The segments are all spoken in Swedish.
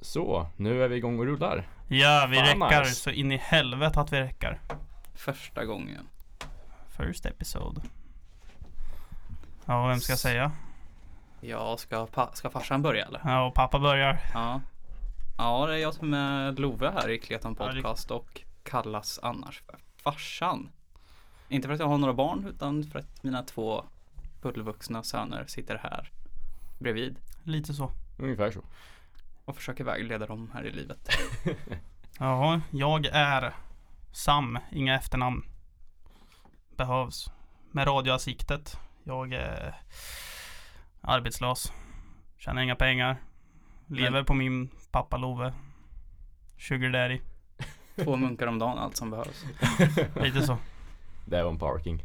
Så, nu är vi igång och rullar. Ja, vi Fan, räcker nice. så in i helvete att vi räcker. Första gången. First episode. Ja, vem ska jag säga? Ja, ska, pa- ska farsan börja eller? Ja, och pappa börjar. Ja. Ja, det är jag som är Love här i Kleton Ja, det- Podcast och kallas annars för farsan. Inte för att jag har några barn utan för att mina två fullvuxna söner sitter här bredvid Lite så. Ungefär så. och försöker vägleda dem här i livet. Ja, jag är Sam, inga efternamn. Behövs. Med radioansiktet. Jag är arbetslös. Tjänar inga pengar. Lever Men- på min pappa Love. Sugar daddy. Två munkar om dagen, allt som behövs. Lite så. Det var en parking.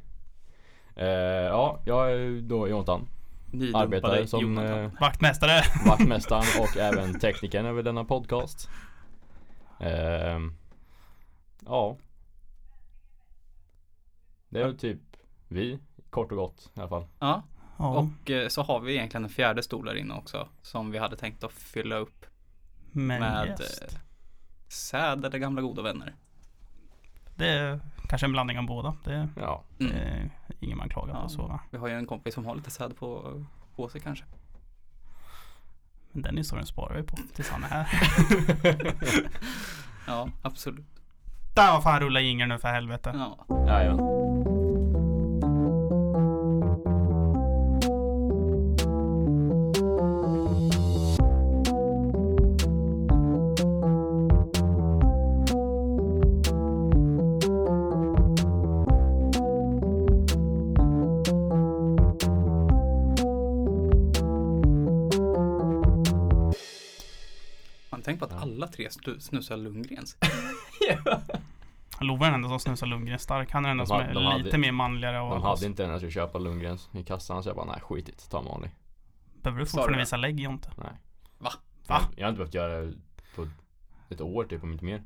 Eh, ja, jag är då Jonathan. Nydumpade Arbetare som Jonathan. eh, Vaktmästare. vaktmästaren och även teknikern över denna podcast. Ehm, ja. Det är väl typ vi, kort och gott i alla fall. Ja, Ja, och eh, så har vi egentligen en fjärde stol där inne också som vi hade tänkt att fylla upp men med yes. eh, Säd eller gamla goda vänner. Det är kanske en blandning av båda. Det är Ja, Mm. eh, ingen man klagar på Ja. så va. Vi har ju en kompis som har lite säd på, på sig kanske. Men den historien sparar vi på tills han är här. Ja, absolut. Där vad fan rulla ingen nu för helvete. Ja. jajamän. Man tänk på att Ja. alla tre snu- snusar Lundgrens. Love är den enda som snusar Lundgren stark. Han är den enda De som hade- är de hade- lite mer manligare av De oss. hade inte den jag skulle köpa Lundgrens i kassan så jag bara nej skit i det, ta en vanlig. Behöver du Sa fortfarande du det? visa lägg Jonte? Va? Jag har inte behövt göra det på ett år typ om inte mer.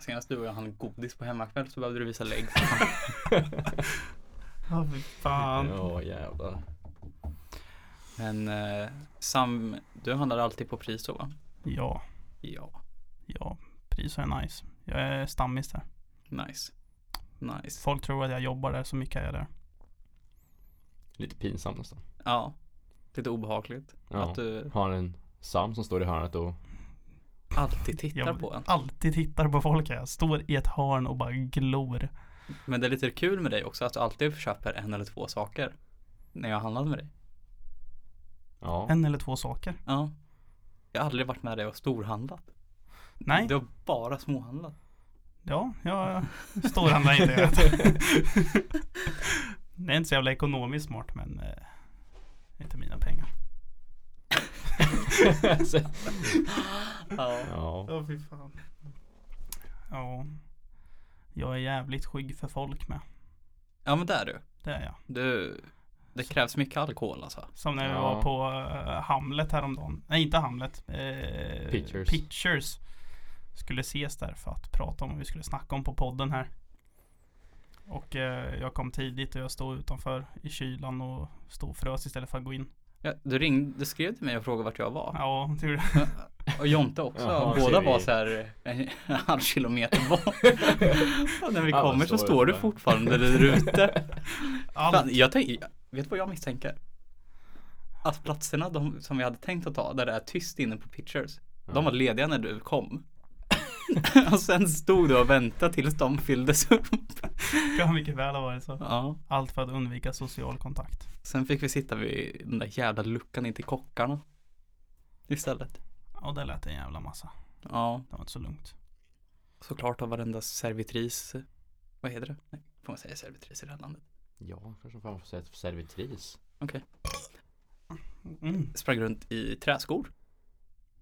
Senast du och jag hann godis på hemmakväll så behövde du visa lägg. Ja fy fan. Ja jävlar. Men eh, Sam, du handlar alltid på pris då va? Ja, Ja, ja. Priser är nice. Jag är stammis där. nice. Nice. Folk tror att jag jobbar där så mycket är jag där. Lite pinsamt nästan. Ja, lite obehagligt. Ja. Att du Har en Sam som står i hörnet och alltid tittar Jag på en. alltid tittar på folk. Jag står i ett hörn och bara glor. Men det är lite kul med dig också att du alltid köper en eller två saker. När jag handlade med dig. ja. En eller två saker. Ja. Jag har aldrig varit med dig och storhandlat. Nej, Du har bara småhandlat. ja, jag storhandlar inte. Jag. Det är inte så jävla ekonomiskt smart men eh, inte mina pengar. Alltså. Ja. ja. Ja fy fan. Ja. Jag är jävligt skygg för folk med. Ja men det är du. Det är jag. Du, det krävs mycket alkohol alltså. Som när vi Ja. var på eh, Hamlet häromdagen. Nej inte Hamlet. Eh, Pictures. Pictures. Skulle ses där för att prata om vad vi skulle snacka om på podden här. Och eh, jag kom tidigt och jag stod utanför i kylan och stod och frös istället för att gå in. Ja, du ringde, du skrev till mig och frågade vart jag var. Ja, tur det. Och Jonte också. Jaha, Båda ser vi. var så här en halv kilometer bort. och när vi Ja, kommer så står står du ute. fortfarande där ute. Fan, Allt. jag tänk, vet du vad jag misstänker? Att platserna de, som vi hade tänkt att ta, där det är tyst inne på pictures, de var lediga när du kom. och sen stod du och väntade tills de fylldes upp. Kan mycket väl ha varit så. Ja. Allt för att undvika social kontakt. Sen fick vi sitta vid den där jävla luckan in till kockarna. Istället. Och det lät en jävla massa. Ja, Det var inte så lugnt. såklart har varenda servitris, vad heter det? Nej, får man säga servitris i det här landet? Ja, kanske fan får säga servitris. Mm. Sprang runt i träskor.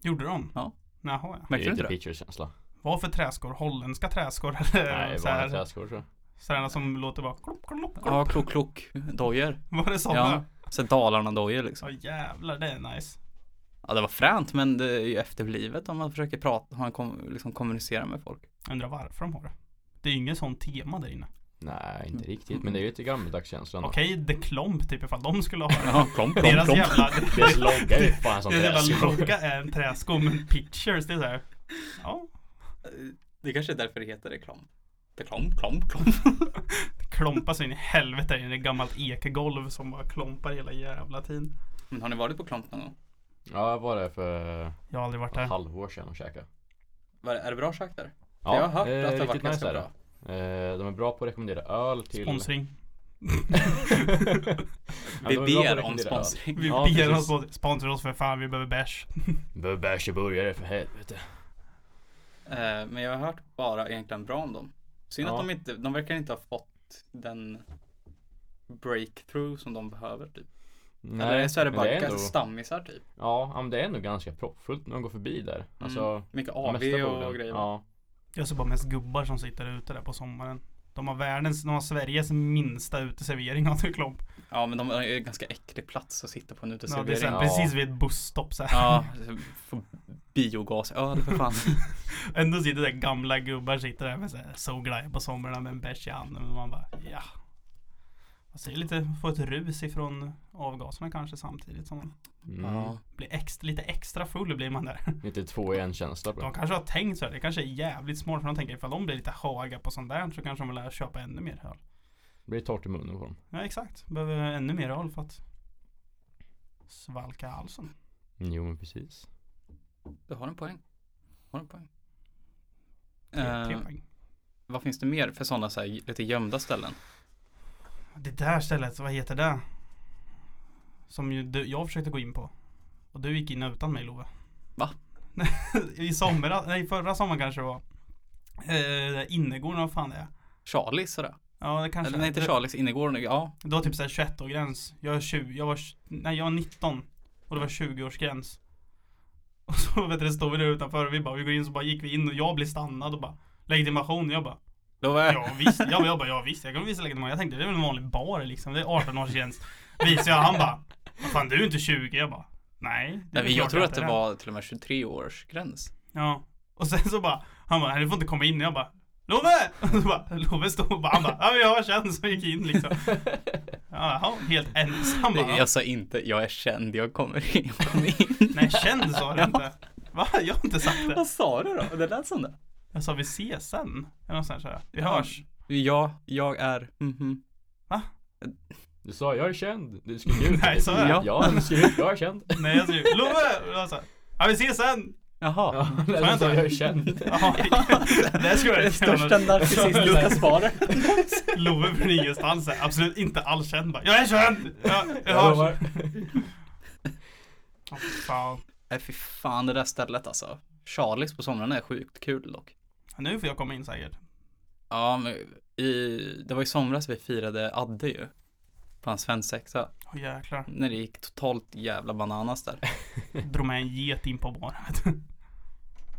Gjorde de? Ja. Jaha ja. Det är Märkte du inte lite det? Eh, picture-känsla. Vad för träskor? Holländska träskor? Eller Nej, så vanliga här, träskor tror jag. sådana som låter bara klopp, klopp, klopp. Ja, klok klok dojer. Var det Ja, sådana? så Dalarna dojer liksom. Ja. jävlar, det är nice. Ja, det var fränt men det är ju efterblivet om man försöker prata, om man kom, liksom kommunicera med folk. Undrar varför de har det. Det är ju inget sånt tema där inne. Nej, inte riktigt. Men det är ju lite gammaldags känslan. då. Okej, The Klomp typ ifall de skulle ha Ja, klomp, klomp, Deras klomp. jävla, Deras logga är ju fan som deras träsk. jävla logga är en träsko men pictures det är såhär Ja, Det kanske är därför det heter det klomp. Det klomp, klomp, klomp. klompa sig in i helvete i ett gammalt ekegolv som bara klompar hela jävla tiden Men har ni varit på klomp någon gång? Ja, jag var där för ett Jag har aldrig varit där halvår sedan och käkade. Var, är det bra schakt där? Ja, jag har hört eh, att det har varit riktigt nice ganska är det. bra. Eh, de är bra på att rekommendera öl till... Sponsring Ja, Vi de är bra på att ber om rekommendera öl. sponsring. Vi Ja, ber precis. oss sponsra oss för fan, vi behöver bärs Behöver bärs och burgare för helvete. Eh, men jag har hört bara egentligen bra om dem. Synd Ja. att de inte, de verkar inte ha fått den breakthrough som de behöver typ. Eller så är det men bara ändå- ganska stammisar typ. Ja, ja, men det är ändå ganska proppfullt när de går förbi där. Alltså, Mycket de AV mesta och borden. grejer. Ja. Jag ser bara mest gubbar som sitter där ute där på sommaren De har världens, de har Sveriges minsta uteservering av The Klomp Ja men de har ju en ganska äcklig plats att sitta på en Ja, det är uteservering. sen, Ja. precis vid ett busstopp så här. Ja, få biogasöl för fan. Ändå sitter där gamla gubbar sitter där med så här solglajjor på somrarna med en bärs i handen och man bara ja. Man ser lite, får ett rus ifrån avgaserna kanske samtidigt som man Mm. Ja. blir extra, lite extra full blir man där. Lite två i en känsla på De det. kanske har tänkt så här, det kanske är jävligt smart för de tänker ifall de blir lite haga på sånt där så kanske de vill lära köpa ännu mer öl. Blir torrt i munnen på dem. Ja exakt, behöver ännu mer öl för att svalka halsen. Mm, Jo men precis. Du har en poäng. Har en poäng. Tre, tre Eh, poäng. vad finns det mer för sådana så här lite gömda ställen? Det där stället, vad heter det? Som ju du, jag försökte gå in på. Och du gick in utan mig Love. Va? I somras, nej förra sommaren kanske det var. Eh, innergården, vad fan det är. Charlies sådär. Ja det kanske Eller nej inte det, Charlies, innergården. Ja, det var typ såhär 21 årsgräns gräns. Jag var 20, jag var, tj- nej jag var 19. Och det var 20 årsgräns Och så vet du, det stod vi där utanför och vi bara, vi går in så bara gick vi in och jag blev stannad och bara Legitimation, jag bara då var jag. Ja visst, ja, men jag bara ja visst, jag kan visa legitimation. Jag tänkte det är väl en vanlig bar liksom, det är 18 års tjänst. Visar jag, han bara Vad fan du är inte 20, jag bara Nej. det är Nej, men klart jag tror att inte det är." var till och med 23 års gräns. Ja. Och sen så bara, han bara, "Nej, du får inte komma in. Jag bara Love! Och så bara, Love stod och bara, han bara, ja men jag har känt så jag gick in liksom. Jaha, helt ensam bara. Jag sa inte, jag är känd, jag kommer in. Jag kommer in. Nej känd sa du inte. Va? Jag har inte sagt det. Vad sa du då? Det lät som det. Jag sa vi ses sen. Eller något sånt där. Vi hörs. Ja, jag är, mhm. Du sa jag är känd. Du skrev ut Nej, sa jag? Ja, ja du skrev ut jag är känd. Nej jag sa ju, Love! Och jag sa, ja vi ses sen. Jaha. Ja, du sa jag är känd. Ja, det skulle jag Det inte göra. största narcissistiska svaret. Love från ingenstans är absolut inte alls känd bara, Jag är känd! Jag, jag Jag hörs! lovar. Åh, fan. Nej fy fan det där stället alltså. Charlies på somrarna är sjukt kul dock. Nu får jag komma in säkert. Ja men i, det var i somras vi firade Adde ju. På hans svensexa. Åh jäklar. När det gick totalt jävla bananas där. Drog med en get in på baren. vet du.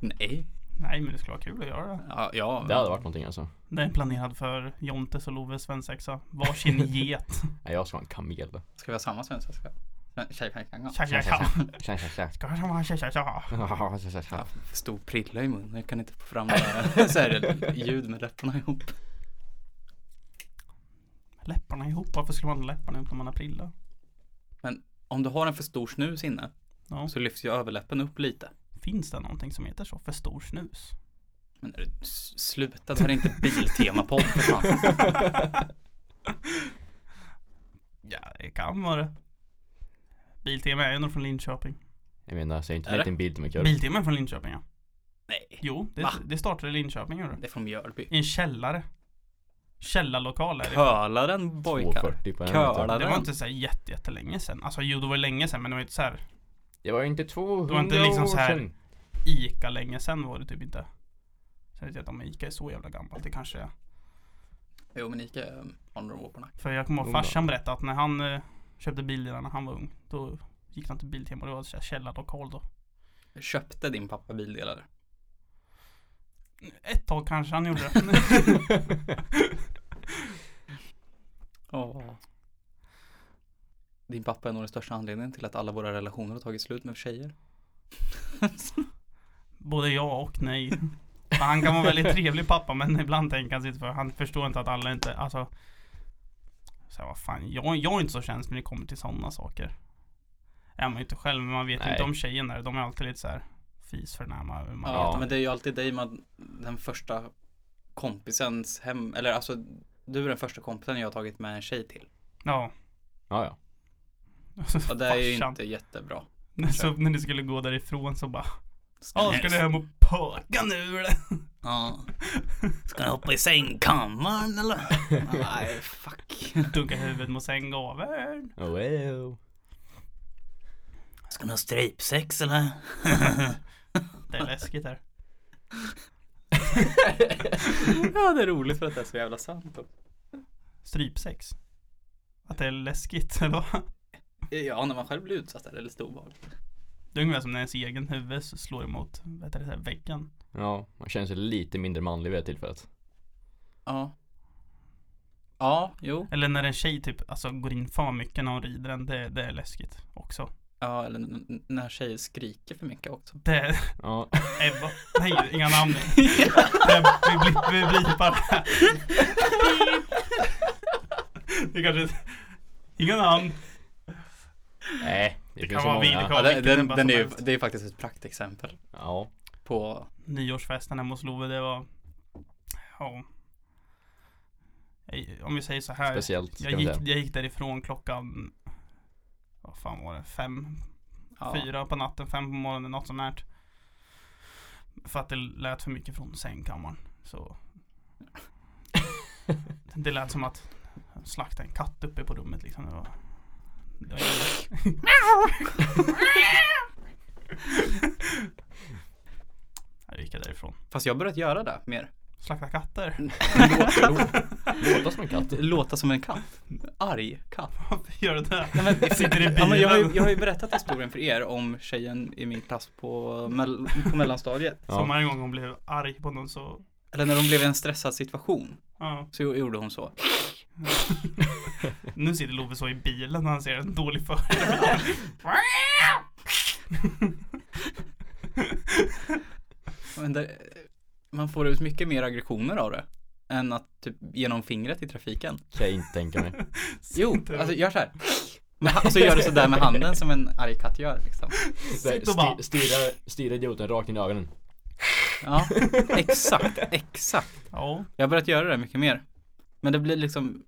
Nej. Nej men det skulle vara kul att göra det. Ja, ja. Det hade varit någonting alltså. Den är planerad för Jontes och Loves svensexa. Varsin get. Nej, jag ska ha en kamel. Tja, Ska vi ha samma svensexa? Sven- tjej, tjej, tjej, Tja tja. tja tja. tja, tja. Ska jag vara tja tja tja. Ja, tja, tja, Jag har tja. för stor prilla i munnen, jag kan inte få fram det här. Så är det ljud med läpparna ihop. Läpparna ihop. Varför skulle man ha läpparna ihop när man har prilla? Om du har en för stor snus inne Ja. så lyfts ju överläppen upp lite. Finns det någonting som heter så? För stor snus? Men är du, s- sluta, det här är inte Biltema-podd för fan. ja det kan vara det. Biltema är ändå från Linköping. Jag menar, säg inte Är nej det? till en bild med kör. Biltema är från Linköping ja. Nej, Jo, det, Va? det startade i Linköping gjorde det. det är från Mjölby. I en källare. Källarlokal är det. Kölaren pojkar. 2,40 på en meter. Kölar Det var den. inte så här jätte, jättelänge sedan. Alltså jo, det var ju länge sedan men det var inte så här Det var ju inte 200 Det var inte liksom år så här- sedan. Ica länge sedan var det typ inte. Sen vet jag inte om Ica är så jävla gammalt, det kanske är. Jo men Ica eh, har några år på nacken. För jag kommer ihåg Jo då. farsan berättade att när han eh, köpte bilar när han var ung, då gick han till Biltema och det var så här källarlokal då. Köpte din pappa bildelar? Ett tag kanske han gjorde det. Ja. Din pappa är nog den största anledningen till att alla våra relationer har tagit slut med tjejer. Både ja och nej. Men han kan vara väldigt trevlig pappa men ibland tänker han sig inte för. Han förstår inte att alla inte, alltså. Så här, vad fan, jag, jag är inte så känslig när det kommer till sådana saker. Är man ju inte själv men man vet ju Nej. inte om tjejen där. De är alltid lite så här fisförnäma. Man Ja, vet. men det är ju alltid dig man, den första kompisens hem, eller alltså du är den första kompisen jag har tagit med en tjej till. Ja. Ja, ja. Och det är ju Farsan. inte jättebra. Så när ni skulle gå därifrån så bara Ja, ska Yes. du hem och pöka nu eller? Ja. Ska du hoppa i sängkammaren eller? Nej, fuck. Dunka huvudet mot sänggaveln. Oh, wow. Ska du ha strejpsex eller? Det är läskigt här. ja, det är roligt för att det är så jävla sant. Strypsex. Att det är läskigt eller vad? Ja, när man själv blir utsatt är det lite obehagligt. Det är ungefär som när ens egen huvud slår emot vet du, det här, väggen. Ja, man känner sig lite mindre manlig vid det tillfället. Ja. Ja, jo. Eller när en tjej typ alltså, går in för mycket när hon rider en. Det, det är läskigt också. Ja, eller n- n- när tjejer skriker för mycket också. Det är Ja, Ebba. Nej, inga namn. Det är- Vi, bli- vi blipar. Det kanske... Inga namn. nej. Det, kan finns ju vara många. vidrigt. Ja, det, vilken den, bara den som är, ju- helst. det är faktiskt ett praktexempel Ja, på nyårsfesten hemma hos Love, det var... Ja. Jag- Om vi säger så här. speciellt. ska Jag man gick, säga. jag gick därifrån klockan... Vad fan var det? Fem? ja, Fyra på natten, fem på morgonen, något sånt här. För att det lät för mycket från sängkammaren. Så... det lät som att slakta en katt uppe på rummet liksom. Det var... Det var jag gick jag därifrån. Fast jag har börjat göra det mer. Slakta katter? Låta, låta, låta som en katt. Låta som en katt. Arg katt. Varför gör du det? Nej, men, Sitter i ja, men jag, har ju, bilen. jag har ju berättat historien för er om tjejen i min klass på, mell, på mellanstadiet. Som Ja. varje gång hon blev arg på någon så... Eller när de blev i en stressad situation Ja. så gjorde hon så. Nu sitter Love så i bilen när han ser en dålig för. Men det, man får ut mycket mer aggressioner av det än att typ genom fingret i trafiken. Kan jag inte tänka mig. Jo, alltså gör så här. Men, alltså gör det sådär med handen som en arg katt gör liksom. Sitt och bara... Sti- Stirra, stirra idioten rakt in i ögonen. Ja, exakt, exakt. Ja. Jag har börjat göra det mycket mer. Men det blir liksom,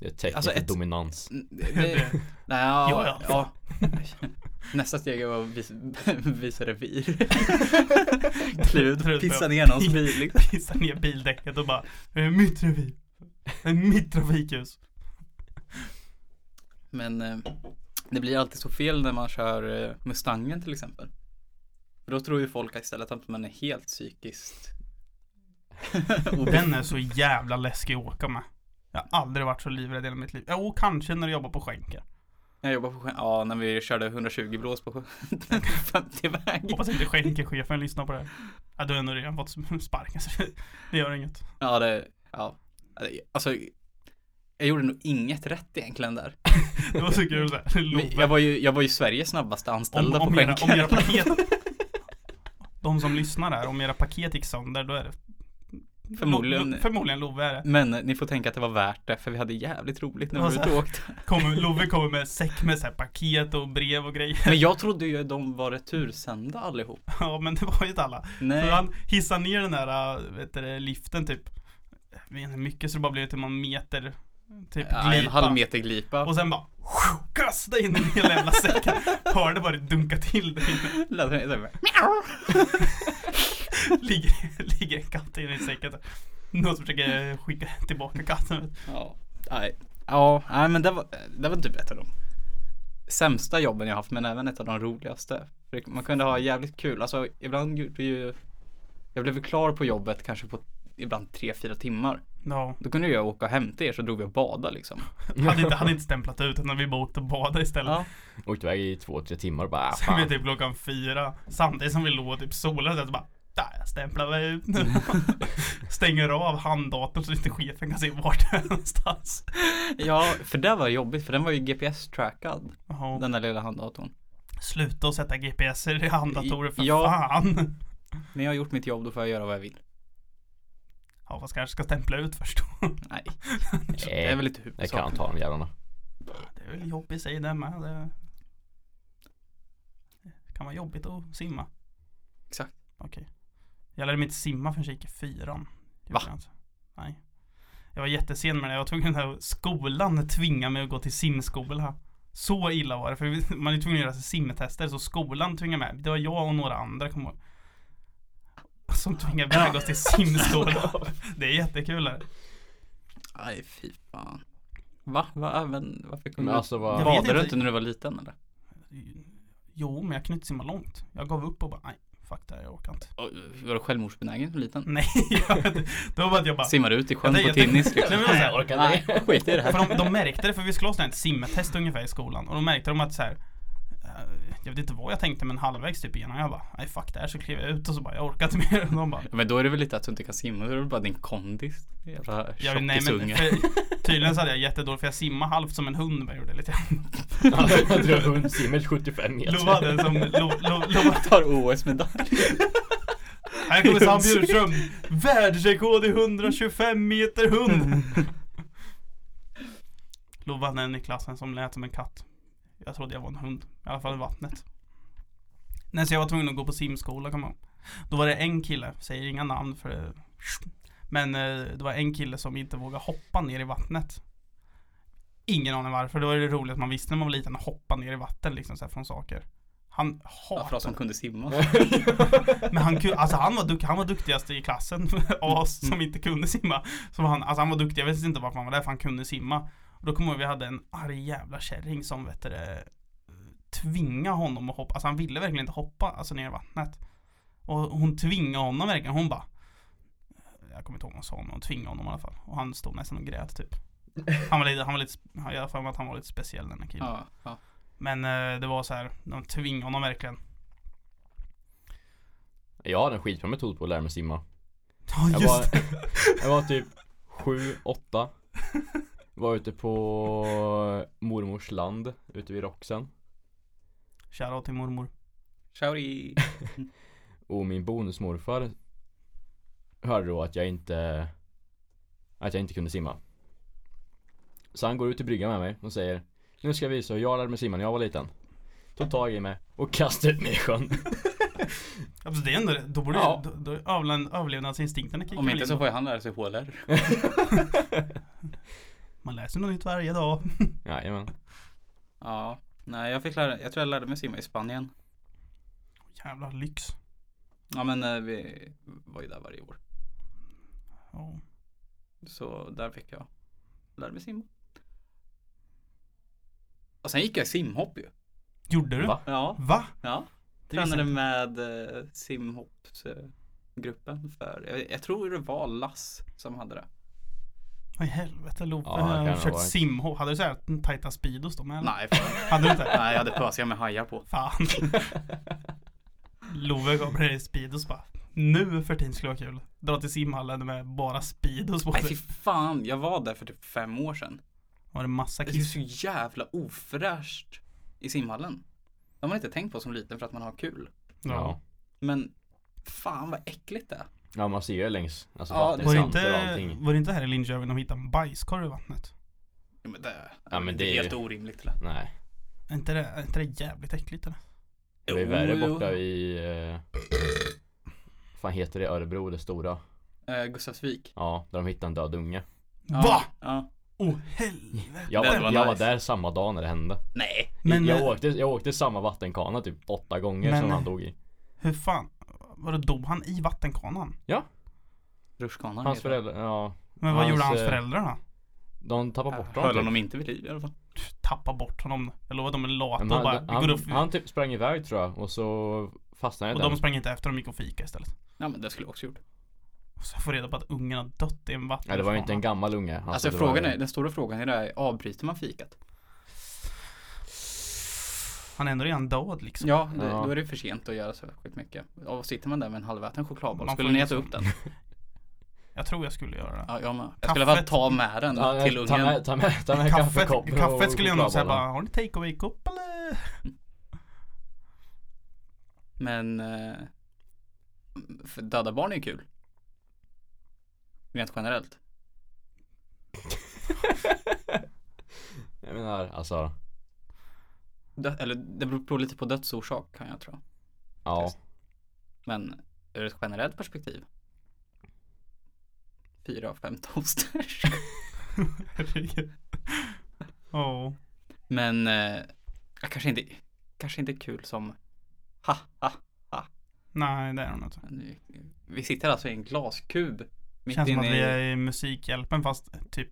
Det är ett tecken Alltså, på ett- dominans. det, det, nej, ja, Ja, ja. Nästa steg är att visa, visa revir. Kliva ut och pissa ner någons bil. liksom. Pissar ner bildäcket och bara Det är mitt revir. Det är mitt trafikhus. Men eh, det blir alltid så fel när man kör eh, Mustangen till exempel. För då tror ju folk istället att man är helt psykiskt Den är så jävla läskig att åka med. Jag har aldrig varit så livrädd i hela mitt liv. Jo, kanske när jag jobbar på skänken. Jag jobbar på skän- ja när vi körde 120 blås på 50 väg. Hoppas inte skänkechefen lyssnar på det här. Ja, du har ändå redan fått sparken så det gör inget. Ja det, ja. Det- Alltså, jag gjorde nog inget rätt egentligen där. Det var så kul såhär. Men Jag Love. var ju, jag var ju Sveriges snabbaste Om, anställda på om, era, om skänken. era paket. De som lyssnar här, om era paket gick sönder då är det Förmodligen- Lo- förmodligen Love är det. Men ni får tänka att det var värt det för vi hade jävligt roligt när vi var Alltså. ute och åkte. Kommer, Love kommer med säck med så här paket och brev och grejer. Men jag trodde ju att de var retursända allihop. Ja men det var ju inte alla. Så Nej. han hissar ner den här äh, vet du, det, liften typ. Jag vet inte hur mycket så det bara blev typ någon meter. Typ Ja, en glipa. halv meter glipa. Och sen bara kasta in den i hela jävla säcken. Hörde bara det dunka till där inne. Lät det så här, Ligger, ligger en katt inne i säcken. Någon som försöker skicka tillbaka katten. Ja, nej. Ja, nej men det var, det var typ ett av de sämsta jobben jag haft men även ett av de roligaste. För Man kunde ha jävligt kul, alltså ibland gjorde ju, jag blev ju klar på jobbet kanske på ibland tre fyra timmar. Ja. Då kunde jag åka hem till er så drog vi och badade liksom. Hade inte, hade inte stämplat ut utan vi bara åkte och badade istället. Ja. Åkte iväg i två, tre timmar och bara ah, Sen vid fan. typ klockan fyra, samtidigt som vi låg typ solen så bara där jag stämplar mig ut nu. Stänger av handdatorn så inte chefen kan se vart det är någonstans. ja, för det var jobbigt för den var ju GPS-trackad, Jaha. den där lilla handdatorn. Sluta att sätta GPSer i handdatorer för Ja. fan. När jag har gjort mitt jobb då får jag göra vad jag vill. Ja fast kanske ska stämpla ut först då. Nej, det är Nej, väl lite jag huvudsaken. kan ta de jävlarna. Det är väl jobb i sig det med. Det det kan vara jobbigt att simma. Exakt. Okej. Jag lärde mig inte simma förrän jag gick i fyran. Det Va? gjorde jag inte. Nej. Jag var jättesen med det. Jag var tvungen att skolan tvingade mig att gå till simskola. Så illa var det. För vi- man är tvungen att göra simtester. Så skolan tvingade med. Det var jag och några andra kommer jag ihåg. Som tvingade iväg oss till simskola. Det är jättekul. Det. Nej, fy fan. Va? Va? Även, varför kunde Men du? alltså vad... Jag vet Badade du inte. inte när du var liten eller? Jo, men jag kunde inte simma långt. Jag gav upp och bara, nej, fuck det här, jag orkar inte. Oj, Var du självmordsbenägen som liten? Nej, jag, det var bara att jag bara... Simmar du ut i sjön Ja, det- på jag tänkte- tinnis liksom? Nej, men jag orkar Nej, skit i det här. För de, de märkte det, för vi skulle ha sånt här ett simtest ungefär i skolan. Och då märkte de att så här. eh, Jag vet inte vad jag tänkte men halvvägs typ igenom. Jag bara, nej fuck det här. Så klev jag ut och så bara, jag orkar inte mer. Och de bara, Men då är det väl lite att du inte kan simma, då är det väl bara din kondis? Jävla jag, vet- nej men tjockisunge. för, tydligen så hade jag jättedåligt för jag simmade halvt som en hund. Bara gjorde lite. Jag drog hundsimmers 75 meter. Lovade som, lo, lo, lo, Tar OS-medalj. här kommer Sam Bjurström. Världsrekord i 125 meter hund. Lovade en i klassen som lät som en katt. Jag trodde jag var en hund. I alla fall i vattnet. Nej, så jag var tvungen att gå på simskola kommer jag ihåg. Då var det en kille, säger inga namn för det. Men eh, det var en kille som inte vågade hoppa ner i vattnet. Ingen aning varför. Det var ju det roligaste man visste när man var liten. att Hoppa ner i vatten liksom så här, från saker. Han Varför hatade att som kunde simma? men han, ku- alltså han, var duk- han var duktigast i klassen av oss Mm. som inte kunde simma. Så han, alltså han var duktig, jag vet inte varför han var där, för han kunde simma. Och då kommer jag ihåg vi hade en arg jävla kärring som vet du, det, tvinga honom att hoppa. Alltså han ville verkligen inte hoppa alltså ner i vattnet. Och hon tvingade honom verkligen. Hon bara Jag kommer inte ihåg vad hon sa men hon tvingade honom i alla fall. Och han stod nästan och grät typ. Han var lite, han var lite, sp- jag har för mig att han var lite speciell den här killen. Ja, ja. Men eh, det var så här, de tvingade honom verkligen. Jag hade en skitbra metod på att lära mig simma. Ja Jag just var, det. jag var typ sju, åtta. Var ute på mormors land ute vid Roxen. Shoutout till mormor. Shouty. Och min bonusmorfar hörde då att jag inte att jag inte kunde simma. Så han går ut till bryggan med mig och säger Nu ska jag visa hur jag lärde mig simma när jag var liten. Tog tag i mig och kastade ut mig i sjön. Ja, fast det är ändå det. Då borde Ja. ja. då, då är avland- överlevnadsinstinkten kickar Om väl inte in så då. får ju han lära sig HLR. Man läser något nytt varje dag. Jajamän. Ja. Nej, jag fick lära, jag tror jag lärde mig simma i Spanien. Jävla lyx. Ja men eh, vi var ju där varje år. Ja. Så där fick jag lära mig simma. Och sen gick jag i simhopp ju. Gjorde du? Va? Ja, Va? ja. Det visste Tränade jag med eh, simhoppsgruppen för, jag, jag tror det var Lass som hade det. Vad i helvete Love? Ja, det jag kan har det ha kört varit. simhopp. Hade du såhär tajta speedos då med? eller? Nej, fan. Hade du inte? Nej, jag hade pösiga med hajar på. Fan. Love gav mig det speedos bara. Nu för tiden skulle det vara kul. Dra till simhallen med bara speedos på Nej sig. fy fan, jag var där för typ fem år sedan. Var det massa Det är ju kiss? så jävla ofräscht i simhallen. Det har man inte tänkt på som liten för att man har kul. Ja. Men fan vad äckligt det är. Ja man ser ju längs alltså Ja, Var det, vattenkanter inte, och allting. var det inte här i Linköping de hittade en bajskorv i vattnet? Ja, men det, Ja, men det är är ju- helt orimligt. Eller? Nej. Är inte det, är inte det jävligt äckligt eller? Det var ju Jo, värre jo. borta i... Eh, fan heter det Örebro, det stora? Eh, Gustavsvik. Ja, där de hittade en död unge. Ja, Va? Ja. Åh oh, helvete. Jag, Det var, var jag var nice. där samma dag när det hände. Nej. Men jag, eh, åkte, jag åkte samma vattenkana typ åtta gånger Men- som han dog i. hur fan, vadå dog han i vattenkanan? Rutschkanan Hans heter det. föräldrar, ja. Men vad Hans, gjorde hans eh, föräldrar då? De tappade bort Höll honom typ. honom inte vid liv i alla fall. Pff, Tappa bort honom. Jag lovar de är lata och Men bara, Han, vi går upp. han, han typ sprang iväg tror jag och så fastnade och den. de sprang inte efter, de gick och fika istället. Ja men det skulle jag också gjort. Och så får jag reda på att ungen har dött i en vattenkana. Nej det var ju inte en gammal unge. Alltså, det frågan var, ju- är, den stora frågan är det här, avbryter man fikat? Liksom? Han är ändå redan död liksom. Ja, det, Ja. då är det för sent att göra så skitmycket. Och sitter man där med en halväten chokladboll, Man skulle får ni ju äta liksom- upp den? Jag tror jag skulle göra det. Ja, jag med. Jag skulle i alla fall Kaffet- ta med den Ja, till Ta ungen. med, ta med, ta med Kaffet, kaffekoppen och kaffet skulle jag nog säga chokladbollen. bara, har ni take away-kopp eller? Men eh, För döda barn är ju kul. Rent generellt. Jag menar, alltså. Dö- eller det beror på lite på dödsorsak kan jag tro. Ja. Test. Men ur ett generellt perspektiv. Fyra av fem toasters. Herregud. Ja. Men eh, kanske, inte, kanske inte kul som ha ha. Nej, det är de inte. Men vi- Vi sitter alltså i en glaskub. Mitt Känns som att inne vi i... är i Musikhjälpen fast typ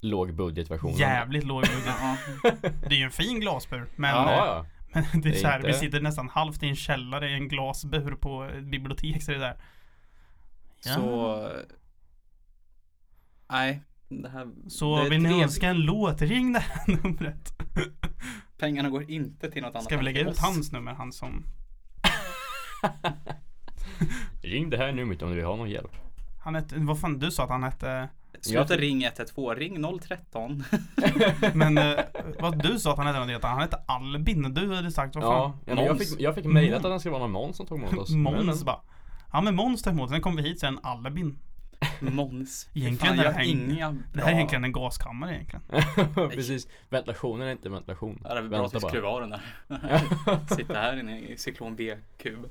Låg budgetversionen. jävligt låg budget. Ja, Det är ju en fin glasbur men, Ja, eh, ja. men det är Det är så här, vi inte- sitter nästan halvt i en källare i en glasbur på ett bibliotek så det är där. Ja. Så... Nej, det här... Så det är vill ni trevligt. önska en låt, ring det här numret. Pengarna går inte till något annat. Ska vi än lägga till ut oss. hans nummer, han som, Ring det här numret om du vill ha någon hjälp. han hette, vad fan du sa att han hette, Sluta Jag- ring 112, ring 013. men eh, vad du sa att han hette något heter, han hette Albin, du hade sagt vad fan. Mm. Ja, ja men jag Måns. fick, jag fick mejlat att det skulle vara någon Måns som tog emot oss. Men- Måns bara. Ja men Måns tar emot, sen kom vi hit sen Albin. Måns. Egentligen Fan, är det jag här har en- inga Det bra... här är egentligen en gaskammare egentligen. Precis, ventilationen är inte ventilation. Ja, Det är väl bra att vi bara. skruvar av den här. Sitta här inne i cyklon B-kub.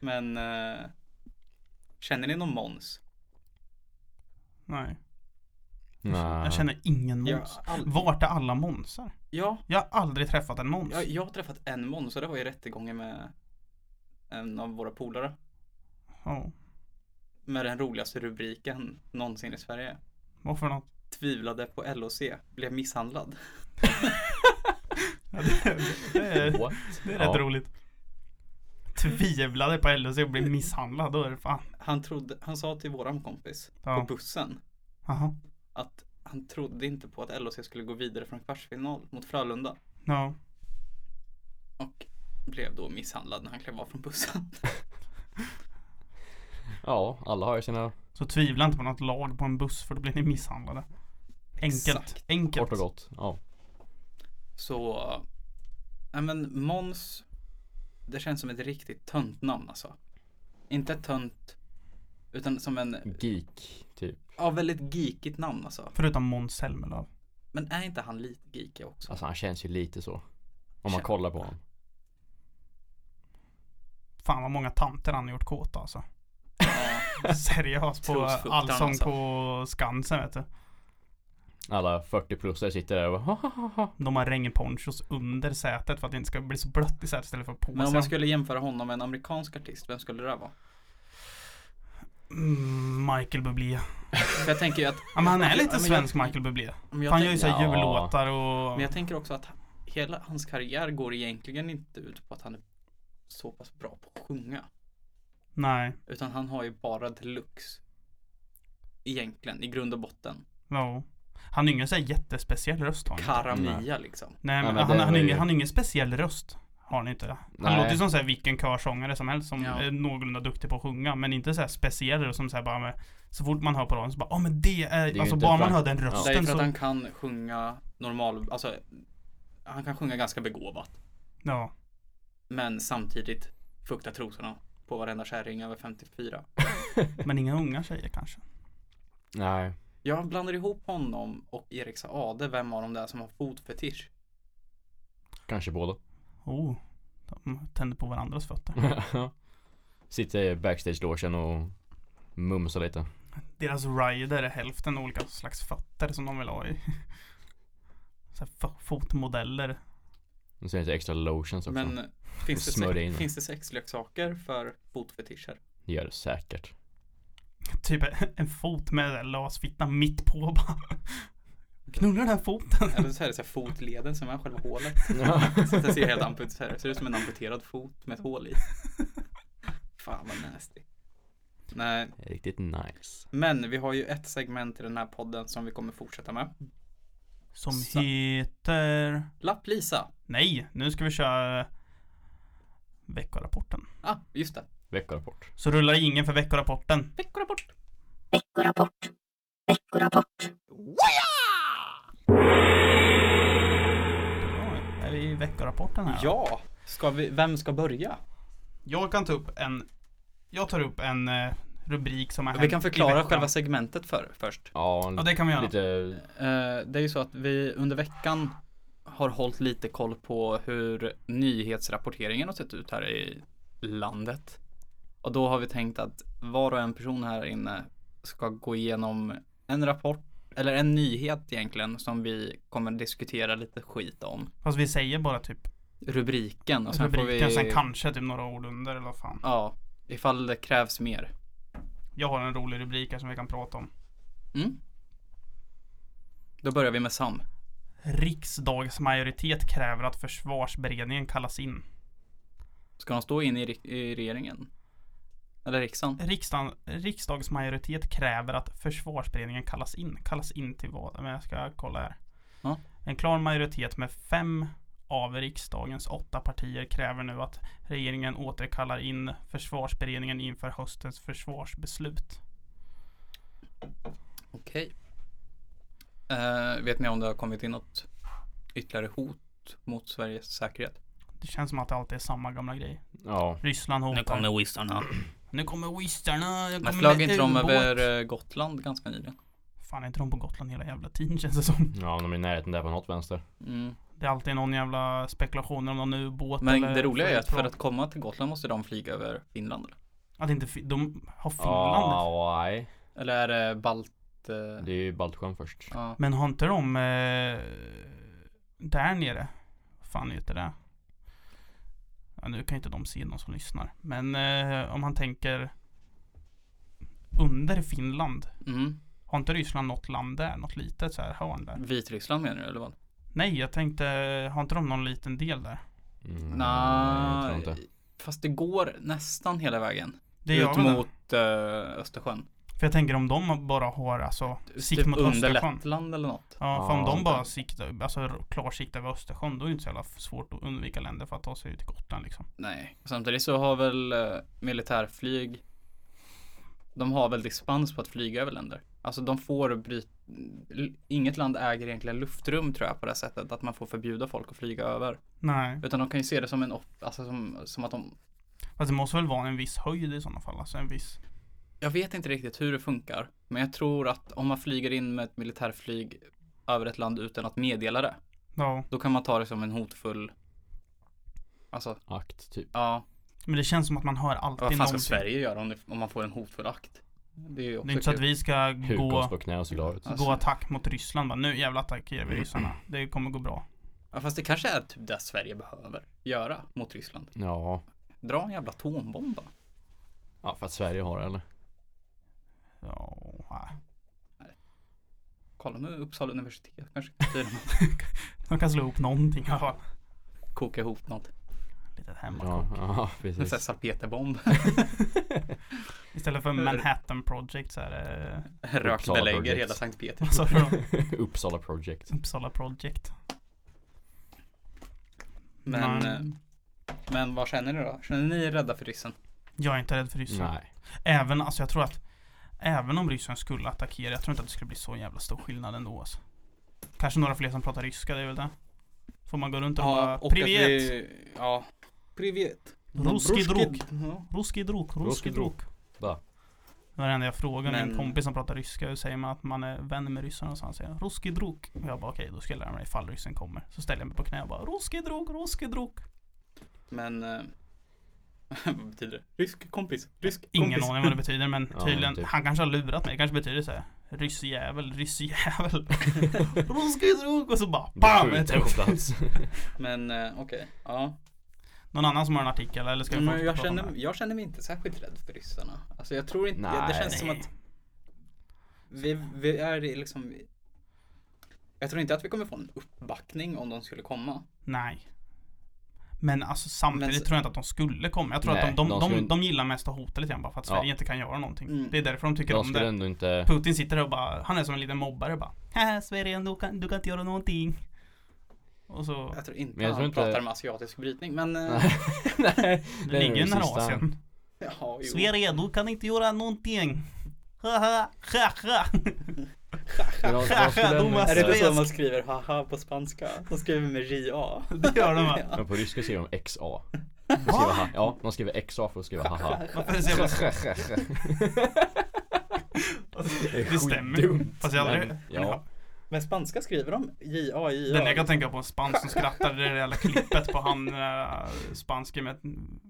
Men... eh, känner ni någon Måns? Nej. Nej. Jag känner ingen Jag, Måns. all... Vart är alla Månsar? ja, Jag har aldrig träffat en Måns. jag, jag har träffat en Måns och det var i rättegången med en av våra polare. Ja. Med den roligaste rubriken någonsin i Sverige. Vad för något? Tvivlade på LOC, blev misshandlad. Ja, det, är- det är, What? det är Ja. rätt roligt. Tvivlade på LOC och blev misshandlad, då är det fan. Han, trodde, han sa till våran kompis Ja. på bussen Jaha. att han trodde inte på att LOC skulle gå vidare från kvartsfinal mot Frölunda. Ja. Och blev då misshandlad när han klev av från bussen. Ja, alla har ju sina Så tvivla inte på något lag på en buss för då blir ni misshandlade. Enkelt. Exakt. Enkelt. kort och gott. Ja. Så, ja men Måns, det känns som ett riktigt tönt namn alltså. Inte tönt, utan som en, Geek, typ. ja väldigt geekigt namn alltså. Förutom Måns Zelmerlöw. Men är inte han lite geekig också? Alltså han känns ju lite så. Om man Känn- kollar på honom. Fan vad många tanter han har gjort kåta alltså. Ja. Seriöst på Trosfuktan, Allsång alltså. på Skansen vet du. Alla 40-plussare sitter där och bara De har regnponchos under sätet för att det inte ska bli så blött i sätet istället för på Men om sig. man skulle jämföra honom med en amerikansk artist, vem skulle det där vara? Mm, Michael Bublé. För jag tänker ju att... Ja, men han är Ja, lite men svensk jag, Michael Bublé. men jag Han gör tänk- ju såhär Ja. jullåtar och... Men jag tänker också att hela hans karriär går egentligen inte ut på att han är så pass bra på att sjunga. Nej. Utan han har ju bara deluxe. Egentligen, i grund och botten. Ja. Han har ingen såhär jättespeciell röst har han inte. Karamia liksom. Nej men, men han, det han, har var ingen, ju- han har ingen speciell röst. Har han inte. Han Nej. låter ju som såhär vilken körsångare som helst som Ja. är någorlunda duktig på att sjunga. Men inte såhär speciell röst som såhär bara med, Så fort man hör på dem så bara, ja men det är... ju alltså inte bara man Frank- hör den Ja. Det är rösten ju för att så... han kan sjunga normal, alltså han kan sjunga ganska begåvat. Ja. Men samtidigt fukta trosorna på varenda kärring över 54. Men inga unga tjejer kanske. Nej. Jag blandar ihop honom och Erik Saade, vem av dem det är som har fotfetisch. Kanske båda. Oh. De tänder på varandras fötter. Sitter i backstage-logen och mumsar lite. Deras rider är hälften olika slags fötter som de vill ha i. Så här fo- fotmodeller. Och sen lite extra lotions också. Men finns det, Smörja in sex, det. finns det sexleksaker för fotfetischer? Det gör det säkert. Typ en fot med lasfitta mitt på bara. Knulla den här foten. Eller så är det så här fotleden som är själva hålet. Ja. Så att det ser helt amput, så här, det ser ut som en amputerad fot med ett hål i. Fan vad nasty. Nej, Riktigt nice. men vi har ju ett segment i den här podden som vi kommer fortsätta med. Som Sa- heter... Lapp-Lisa. Nej, nu ska vi köra veckorapporten. Ah, just det. Veckorapport. Så rullar ingen för veckorapporten. Veckorapport. Ja, är vi i veckorapporten här? Ja, ska vi, vem ska börja? Jag kan ta upp en, jag tar upp en eh, rubrik som har Vi hänt kan i förklara veckan. själva segmentet för, först. Ja, Ja det kan vi göra. lite... Eh, Det är ju så att vi under veckan har hållit lite koll på hur nyhetsrapporteringen har sett ut här i landet. Och då har vi tänkt att var och en person här inne ska gå igenom en rapport, eller en nyhet egentligen, som vi kommer diskutera lite skit om. Fast vi säger bara typ Rubriken och sen rubriken, får vi... sen kanske typ några ord under eller vad fan. Ja, ifall det krävs mer. Jag har en rolig rubrik här som vi kan prata om. Mm. Då börjar vi med Sam. Riksdagsmajoritet kräver att försvarsberedningen kallas in. Ska de stå in i, ri- i regeringen? Eller riksdagen? Riksdagen, riksdagsmajoritet kräver att försvarsberedningen kallas in. Kallas in till vad? Men jag ska kolla här. Ja. En klar majoritet med fem av riksdagens åtta partier kräver nu att regeringen återkallar in försvarsberedningen inför höstens försvarsbeslut. Okej. Eh, vet ni om det har kommit in något ytterligare hot mot Sveriges säkerhet? Det känns som att det alltid är samma gamla grej. Ja. Ryssland hotar. wissarna. nu kommer wizardarna. Jag Men kommer flög med inte de ubåt. över eh, Gotland ganska nyligen? Fan är inte de på Gotland hela jävla tiden känns det som. Ja, de är i närheten där på något vänster. Mm. Det är alltid någon jävla spekulation om någon ubåt Men eller det roliga är att för flygplan. att komma till Gotland måste de flyga över Finland eller? Att inte fi- de har Finland. Ja, nej. Eller är det Balt... eh, Det är ju Baltikum först. Ja. Men har inte de eh, där nere? Vad fan heter det? Ja, nu kan inte de se någon som lyssnar. Men eh, om han tänker under Finland. Mm. Har inte Ryssland något land där? Något litet så här hörn där? Vitryssland menar du eller vad? Nej, jag tänkte, har inte de någon liten del där? Mm, Nja, jag tror inte. Fast det går nästan hela vägen. Det är ut jag mot... mot eh, Östersjön. För jag tänker om de bara har alltså sikt typ mot under Östersjön. Lettland eller något. Ja, för om Ja, de det- bara siktar, alltså klarsiktar över Östersjön då är det inte så jävla svårt att undvika länder för att ta sig ut till Gotland liksom. Nej, samtidigt så har väl eh, militärflyg De har väl dispens på att flyga över länder. Alltså de får bryta Inget land äger egentligen luftrum tror jag på det sättet att man får förbjuda folk att flyga över. Nej. Utan de kan ju se det som en op- alltså som, som att de Fast det måste väl vara en viss höjd i sådana fall, alltså en viss Jag vet inte riktigt hur det funkar. Men jag tror att om man flyger in med ett militärflyg över ett land utan att meddela det. Ja, Då kan man ta det som en hotfull Alltså, Akt, typ. ja. men det känns som att man hör alltid Vad fan ska någonting. Sverige göra om, det, om man får en hotfull akt? Det är ju också Det är inte så att kul. vi ska Huka oss gå, på knä och se glad ut. Alltså- Mm. gå attack mot Ryssland bara, nu jävla attackerar vi ryssarna. Det kommer gå bra. Ja, fast det kanske är typ det Sverige behöver göra mot Ryssland. Ja. Dra en jävla atombomb bara. ja, för att Sverige har det eller? Ja, nej. Kolla nu Uppsala universitet kanske kan styra något. de kan slå ihop någonting i alla fall. Koka ihop något. Litet Ja, hemmakok. ja En sån här precis. salpeterbomb. Istället för Manhattan Project så är det, Uppsala Rökbelägger Project. hela Sankt Peter. vad sa du då? Uppsala Project. Uppsala Project. Men, Nej. eh, men vad känner ni då? Känner ni er rädda för ryssen? Jag är inte rädd för ryssarna. Nej. Även, alltså jag tror att Även om ryssen skulle attackera, jag tror inte att det skulle bli så jävla stor skillnad ändå alltså. Kanske några fler som pratar ryska, det är väl det. Får man gå runt och bara och att Privet! vi- Ja. Privet. Ruski drog. Ja. Ruski drog, ruski Ruski drog. drog. Da. Det var det enda jag frågade Men- min kompis som pratar ryska. Hur säger man att man är vän med ryssarna? Och så han säger ruski drog. Och jag bara okej, då ska jag lära mig ifall ryssen kommer. Så ställer jag mig på knä och bara ruski drog, ruski drog. Men eh, vad betyder det? Rysk kompis. Rysk kompis. Ingen aning vad det betyder men Ja, tydligen, typ. han kanske har lurat mig. Det kanske betyder såhär ryssjävel, ryssjävel. ruski drog och så bara BAM! Skjuten ett upp. på plats. Men eh, okej. Ja. Någon annan som har en artikel eller ska vi Men fortsätta jag prata om känner, det här? jag känner mig inte särskilt rädd för ryssarna. Alltså jag tror inte, det Nej. känns som att vi, vi är i liksom Jag tror inte att vi kommer få en uppbackning om de skulle komma. Nej. Men alltså samtidigt Men s- tror jag inte att de skulle komma. Jag tror Nej, att de, de, de de, skulle- de gillar mest att hota lite grann bara för att Ja. Sverige inte kan göra någonting. Mm. Det är därför de tycker De om skulle det. ändå inte... Putin sitter där och bara, han är som en liten mobbare bara. Haha Sverige, du kan, du kan inte göra någonting. Och så, Jag tror inte Men jag han tror inte- pratar med asiatisk brytning men eh, Nej. Nej. det ligger den nära sista. Asien. ja, jo. Sverige, du kan inte göra någonting. Haha, haha. Men de- de skulle ändå- Är det inte så man skriver haha på spanska? De skriver med JA. Det gör de va? Men på ryska säger de XA. Och skriva ha. Ja, de skriver XA för att skriva haha. Varför är det så jävla... Det stämmer ju. skitdumt, Fast jag aldrig... men ja. Men spanska skriver de J-A, J-A. Den jag kan tänka på en spansk som skrattar, det är det jävla klippet på han eh, spansken med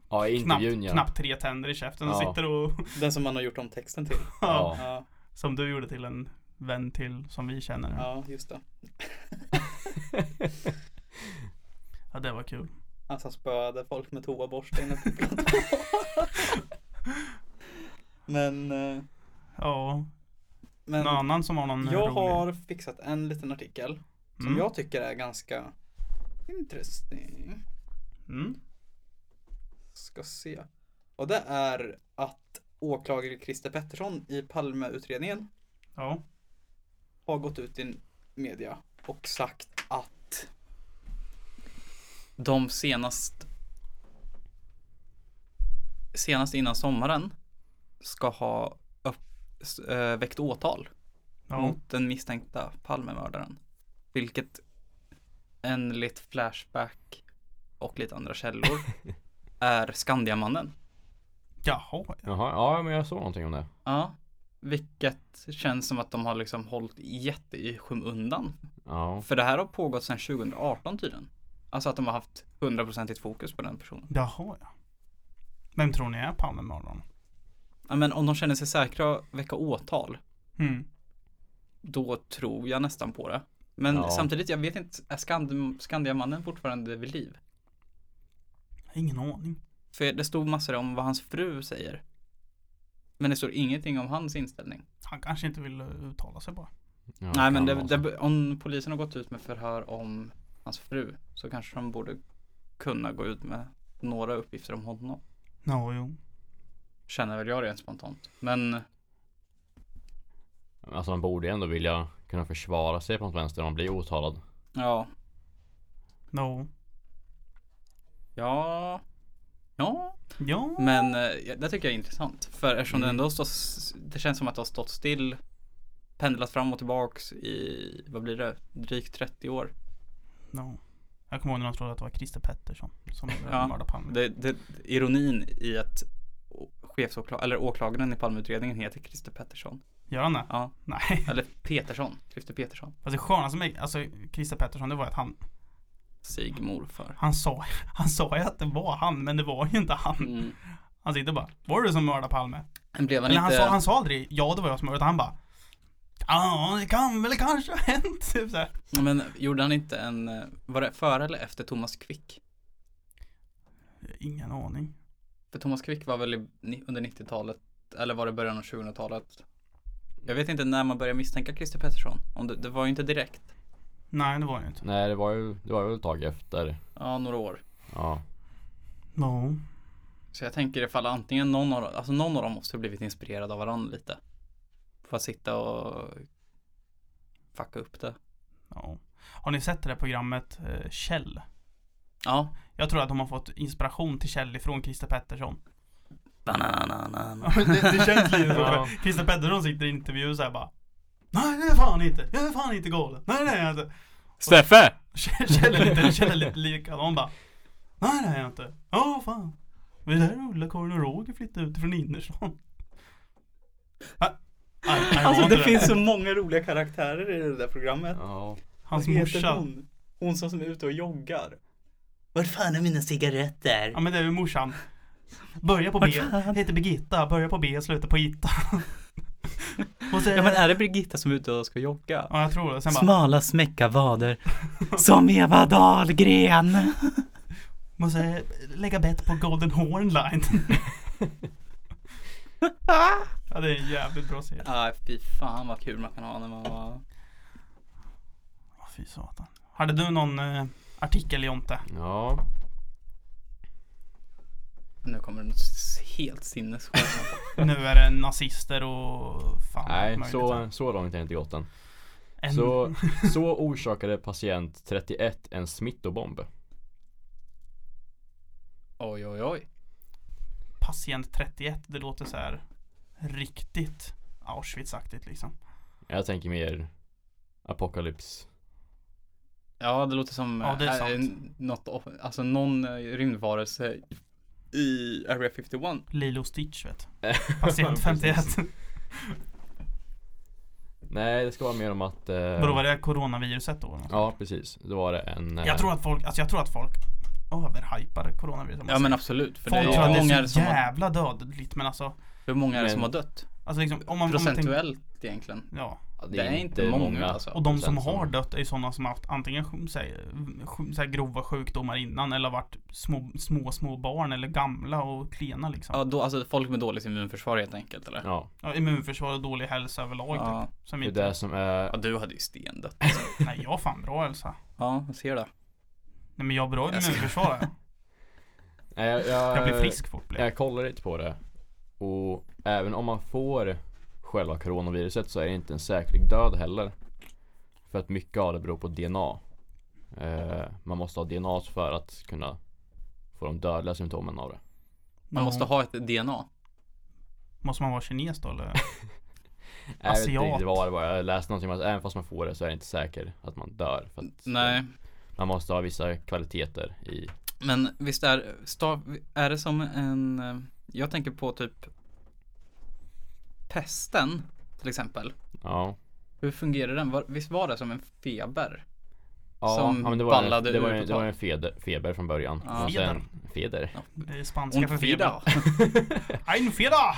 Ja, i intervjun knappt, ja. knappt tre tänder i käften och Ja. sitter och... Den som man har gjort om texten till. Ja. Ja, Som du gjorde till en vän till som vi känner. Ja, ja just det. det var kul. Alltså han spöade folk med toaborste inne på plattan. Men, eh, Ja, men någon annan som har någon jag rolig? har fixat en liten artikel som Mm. jag tycker är ganska interesting. Mm. Ska se. Och det är att åklagare Christer Pettersson i Palmeutredningen Ja. har gått ut i media och sagt att de senast senast innan sommaren ska ha upp, s- eh, väckt åtal Ja. mot den misstänkta Palmemördaren. Vilket enligt Flashback och lite andra källor är Skandiamannen. Jaha. Jaha, ja men jag såg någonting om det. Ja, vilket känns som att de har liksom hållit jätte i skymundan Ja. För det här har pågått sedan 2018 tydligen. Alltså att de har haft 100% fokus på den personen. Jaha ja. Vem tror ni är Palmemördaren? Ja, Men om de känner sig säkra att väcka åtal, Mm. då tror jag nästan på det. Men Ja. samtidigt, jag vet inte, är Skand- Skandiamannen fortfarande vid liv? Ingen aning. För det stod massor om vad hans fru säger. Men det står ingenting om hans inställning. Han kanske inte vill eh, uttala sig bara. ja Nej men kan det, vara så. det, om polisen har gått ut med förhör om hans fru så kanske de borde kunna gå ut med några uppgifter om honom. Ja, jo. Känner väl jag rent spontant. Men Alltså man borde ju ändå vilja kunna försvara sig på något vänster om man blir åtalad. ja, No. Ja. Ja. Ja. Men eh, det tycker jag är intressant. För eftersom det Mm. ändå står, s- det känns som att det har stått still. Pendlat fram och tillbaks i, vad blir det, drygt 30 år. No. Jag kommer ihåg när de trodde att det var Christer Pettersson som eh, Ja, mördade Palme. Det, det, ironin i att å- chefsåkla- eller åklagaren i Palmeutredningen heter Christer Pettersson. Gör han det? Ja, Nej. eller Petersson. Christer Petersson. Fast det skönaste med alltså, Christer Pettersson det var att han, Sig morfar. han sa han sa ju att det var han men det var ju inte han. Mm. Han sitter bara Var det du som mördade Palme? Men Blev han Eller han inte... sa, han sa aldrig ja det var jag som mördade utan han bara Ja det kan väl kanske ha hänt. Typ så här. Men gjorde han inte en, eh, var det före eller efter Thomas Quick? Ingen aning. För Thomas Quick var väl i, ni- under 90-talet eller var det början av 2000-talet? Jag vet inte när man började misstänka Christer Pettersson. Om det, det var ju inte direkt. Nej det var det ju inte. Nej det var ju, det var väl ett tag efter. Ja, några år. Ja. No. Så jag tänker ifall antingen någon av, alltså någon av dem måste ha blivit inspirerad av varandra lite. För att sitta och fucka upp det. Ja. Har ni sett det där programmet eh, Kjell? Ja. Jag tror att de har fått inspiration till Kjell ifrån Christer Pettersson. Banananana. det, det känns lite så. Ja. Christer Pettersson sitter i intervju så här bara Nej det är fan inte, jag är fan inte galen. Nej det är jag inte. Steffe! Kjell är lite, Kjell är lite likadan bara Nej det är jag inte. Ja fan. Det är där Ulla-Karin och Roger flyttade ut från innerstan. Ah, nej, nej, var Alltså inte det finns så många roliga karaktärer i det där programmet. Ja. Hans Vad heter morsa. Hon? hon som är ute och joggar. Var fan är mina cigaretter? Ja men det är ju morsan. Börja på B, Vart fan? heter Birgitta, börja på B, slutar på Ita. Och sen, Ja men är det Birgitta som är ute och ska jogga? ja jag tror det. Sen bara, Smala smäcka vader Som Eva Dahlgren måste lägga bett på Golden Horn Line. ja det är en jävligt bra serie. Ja fy fan vad kul man kan ha när man var Ja fy satan. Hade du någon eh, artikel Jonte? Ja. Nu kommer det något s- helt sinnessjukt Nu är det nazister och fan allt Nej möjligt. så, så långt har jag inte gått än. en, Så, så orsakade patient 31 en smittobomb. Oj oj oj Patient 31, det låter så här riktigt Auschwitz-aktigt liksom. Jag tänker mer apokalyps. Ja det låter som Ja, det är eh, sant. något, off- alltså någon eh, rymdvarelse i Area 51. Lilo Stitch vet Patient 51 Nej, det ska vara mer om att... eh, Vadå var det coronaviruset då? Ja, precis. Då var det en... eh, Jag tror att folk, alltså jag tror att folk överhypar coronaviruset Ja men absolut. För det, Folk det- tror hur, att det många är är det så som har, jävla dödligt men alltså hur många är det som Men- har dött? Alltså liksom om man, om man tänker, Procentuellt egentligen. Ja, Det är inte många alltså. och de som procent som- har dött är ju sådana som haft antingen sj- så här, sj- så här grova sjukdomar innan eller varit små, små, små barn eller gamla och klena liksom. Ja, då, alltså folk med dåligt immunförsvar helt enkelt eller? Ja, Ja, immunförsvar och dålig hälsa överlag. typ. Ja, Som det är inte, det som är... ja du hade ju stendött. Nej, jag har fan bra hälsa. Ja, jag ser det. Nej, men jag har bra Jag ska- immunförsvar. jag. Nej, jag, Jag blir frisk fort. Blir. jag. Jag kollar lite på det. Och även om man får själva coronaviruset så är det inte en säker död heller. För att mycket av det beror på DNA. Eh, man måste ha DNA för att kunna få de dödliga symptomen av det. Man Ja. måste ha ett DNA. Måste man vara kines då eller? Jag vet inte Asiat. riktigt vad det var. Jag läste någonting om att även fast man får det så är det inte säkert att man dör. För att Nej, Man måste ha vissa kvaliteter i... men visst är, stav, är det som en, eh, jag tänker på typ pesten till exempel. Ja. Hur fungerar den? Var, visst var det som en feber? Ja, Som ja, men det var en, ballade det var ur en, det totalt. var en feber, feber från början. Ja. Och sen, feder. Det är spanska för Und feber. wieder. Ein Feda!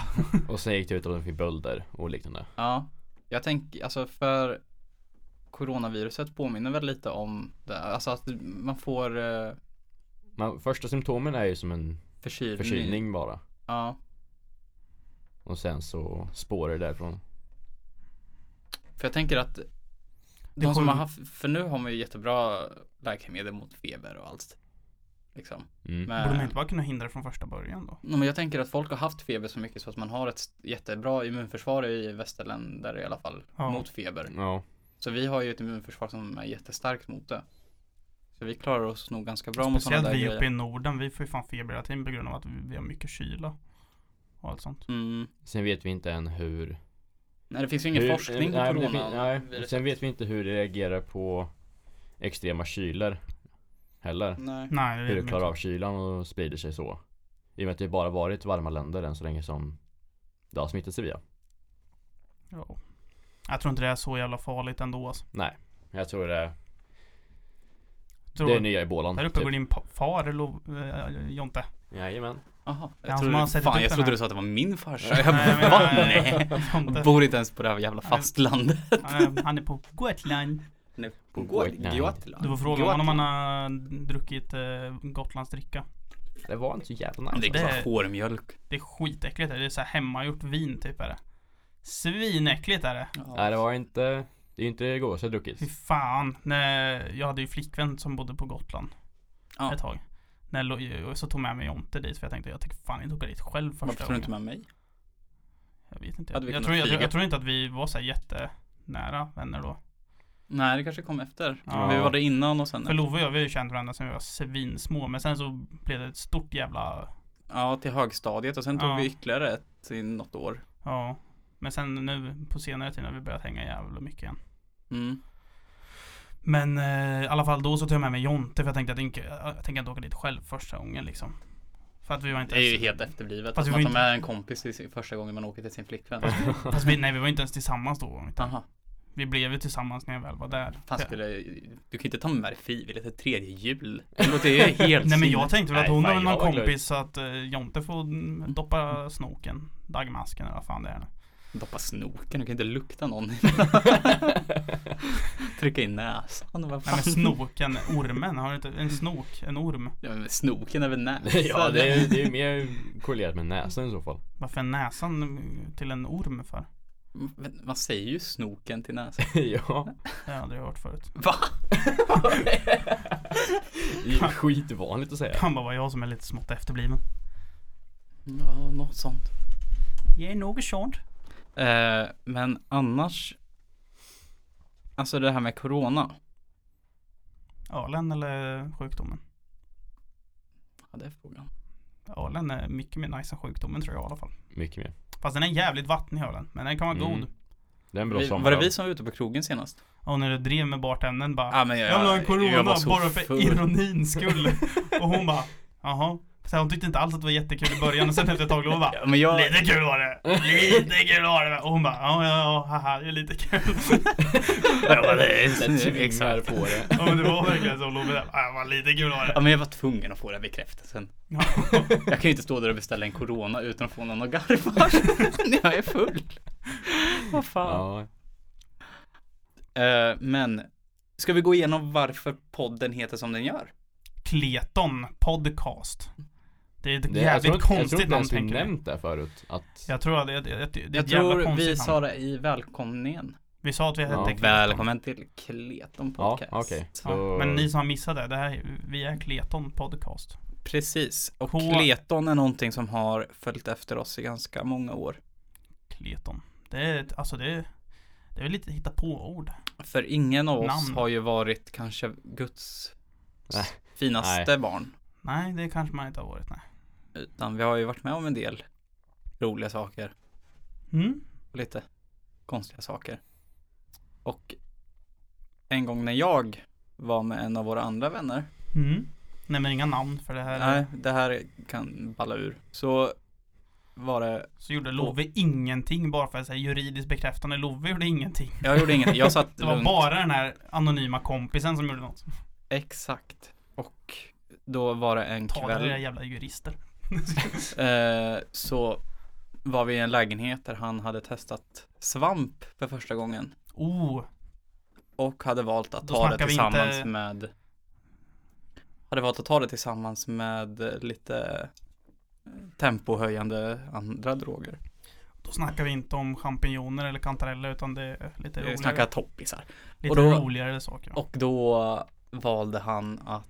Och sen gick det ut att de fick bölder och liknande. Ja, jag tänker, alltså för coronaviruset påminner väl lite om det, alltså att man får eh, Men första symptomen är ju som en förkylning. förkylning bara. Ja, Och sen så spårar det därifrån. för jag tänker att Det de som kommer- har haft, för nu har man ju jättebra läkemedel mot feber och allt. Liksom. Mm. Borde man Men, inte bara kunna hindra det från första början då? Nej, men jag tänker att folk har haft feber så mycket så att man har ett jättebra immunförsvar i västerländer i alla fall Ja. mot feber. Ja. Så vi har ju ett immunförsvar som är jättestarkt mot det. Så vi klarar oss nog ganska bra mot sådana Speciellt där vi uppe i grejer. Norden, vi får ju fan feber hela tiden på grund av att vi har mycket kyla. Och allt sånt. Mm. Sen vet vi inte än hur... Nej det finns ju ingen hur, forskning på nej, men det fin- corona. nej, Sen vet vi inte hur det reagerar på extrema kylor. Heller. Mm. Nej. Nej, Hur det vet klarar inte. av kylan och sprider sig så. I och med att det bara varit varma länder än så länge som det har smittat sig via. Ja. Jag tror inte det är så jävla farligt ändå alltså. Jag tror det, Jag tror det är nya ebolan. Där uppe går din pa- far, lo, äh, Jonte. Jajamän. Jaha, Ja, jag som har trodde, sett fan upp typ jag den trodde här. du sa att det var min farsa. Jag Nej, men- bara, va? nej, Nej. Jag Jonte. bor inte ens på det här jävla Nej. fastlandet. Han är- han är på Gotland. På Gotland. Gotland. Du får fråga honom om han har druckit eh, Gotlandsdricka. Det var inte så jävla Han nice. dricker Det- bara hårmjölk. Det är skitäckligt. Det är så här hemmagjort vin typ är det. Svinäckligt är det. Nej det var inte... Det är inte det godaste jag druckit. Fy fan. När jag hade ju flickvän som bodde på Gotland Ja. ett tag. När, lo- och så tog jag med mig Jonte dit för jag tänkte jag tänker fan inte åka dit själv första Varför tog du inte gången. med mig? Jag vet inte. Hade vi Jag kunnat tror, jag, flyga? jag tror inte att vi var så här jättenära vänner då. Nej det kanske kom efter. Ja. Vi var det innan och sen. För Love och jag vi har ju känt varandra sedan vi var svinsmå men sen så blev det ett stort jävla Ja till högstadiet och sen tog Ja. vi ytterligare ett i något år. Ja. Men sen nu på senare tid har vi börjat hänga jävla mycket igen. Mm. Men eh, i alla fall då så tog jag med mig Jonte för jag tänkte att jag, inte- jag tänker inte åka dit själv första gången liksom. För att vi var inte Det är ju ens- helt efterblivet. Fast Att vi man var tar med en kompis i sin- första gången man åker till sin flickvän. Fast vi, nej vi var inte ens tillsammans då. utan Jaha. Vi blev ju tillsammans när jag väl var där. Fan För- skulle, du kan ju inte ta med dig frivilligt ett tredje jul. Det låter ju helt Nej men sinnes- jag tänkte väl att Nej, hon fan, har jag någon var glad. kompis så att eh, Jonte får mm, doppa snoken. Dagmasken eller vad fan det är nu. Doppa snoken, du kan inte lukta någon. Trycka in näsan och vad Nej fan. men snoken, ormen. Har du inte, en snok, en orm. Ja, men snoken är väl näsan? ja det är, det är ju mer korrelerat med näsan i så fall. Varför är näsan mm, till en orm för? Men Man säger ju snoken till näsan. ja. Det har jag aldrig hört förut. Va? Det är ju skitvanligt att säga. Kan bara vara jag som är lite smått efterbliven. Ja, något sånt. Jag är något sånt. Eh, men annars. Alltså det här med corona. Ölen eller sjukdomen? Ja, det är frågan. Ölen är mycket mer nice än sjukdomen tror jag i alla fall. Mycket mer. Fast den är jävligt vattnig ölen. Men den kan vara Mm. god. Det är en bra Vi, sommar. var det vi som var ute på krogen senast? Och när du drev med bartendern bara men Jag vill ha en corona jag var så bara för full. ironins skull. Och hon bara, jaha, Så hon tyckte inte alls att det var jättekul i början och sen efter ett tag då hon bara Ja, men jag, Lite kul var det! Lite kul var det! Och hon bara ja, ja, ja, haha, det är lite kul. Ja, det är- Sen tvingar exakt. på det. Ja men det var verkligen så, hon låg med det. Ja, det var lite kul var ja, det. men jag var tvungen att få den bekräftelsen. Ja. Jag kan ju inte stå där och beställa en corona utan att få någon att garva. När jag är full. Vad fan. Ja. Eh, men ska vi gå igenom varför podden heter som den gör? Kleton Podcast. Det är ett Det, jag jävligt tror inte, jag tror konstigt inte namn ens vi tänker jag. nämnt det förut. Att, Jag tror att det, det, det, det är ett Jag jävla tror vi konstigt namn. sa det i välkomningen. Vi sa att vi hette Ja. Kleton. Välkommen till Kleton ja, Podcast. okej. Ja, Så- men ni som har missat det, det här, vi är Kleton Podcast. Precis. Och På- Kleton är någonting som har följt efter oss i ganska många år. Kleton. Det är, ett- alltså det är, det är väl lite hitta på ord. För ingen av oss Namn. har ju varit kanske Guds Nej. finaste barn. Nej, det kanske man inte har varit, nej. Utan vi har ju varit med om en del roliga saker Mm. och lite konstiga saker. Och en gång när jag var med en av våra andra vänner. Mm. Nej men inga namn för det här. Nej, det här kan balla ur. Så var det Så gjorde Love ingenting bara för att säga juridiskt bekräftande. Love gjorde ingenting. Jag gjorde ingenting. Jag satt Det var runt. bara den här anonyma kompisen som gjorde något. Exakt. Och då var det en Ta det kväll. era jävla jurister. Eh, så var vi i en lägenhet där han hade testat svamp för första gången. Oh, Och hade valt att Då ta det snackar vi tillsammans inte- med Hade valt att ta det tillsammans med eh, lite eh, tempohöjande andra droger. då snackar vi inte om champinjoner eller kantareller utan det är lite Vi roligare, snackar toppisar. lite och då- roligare saker. Och då valde han att,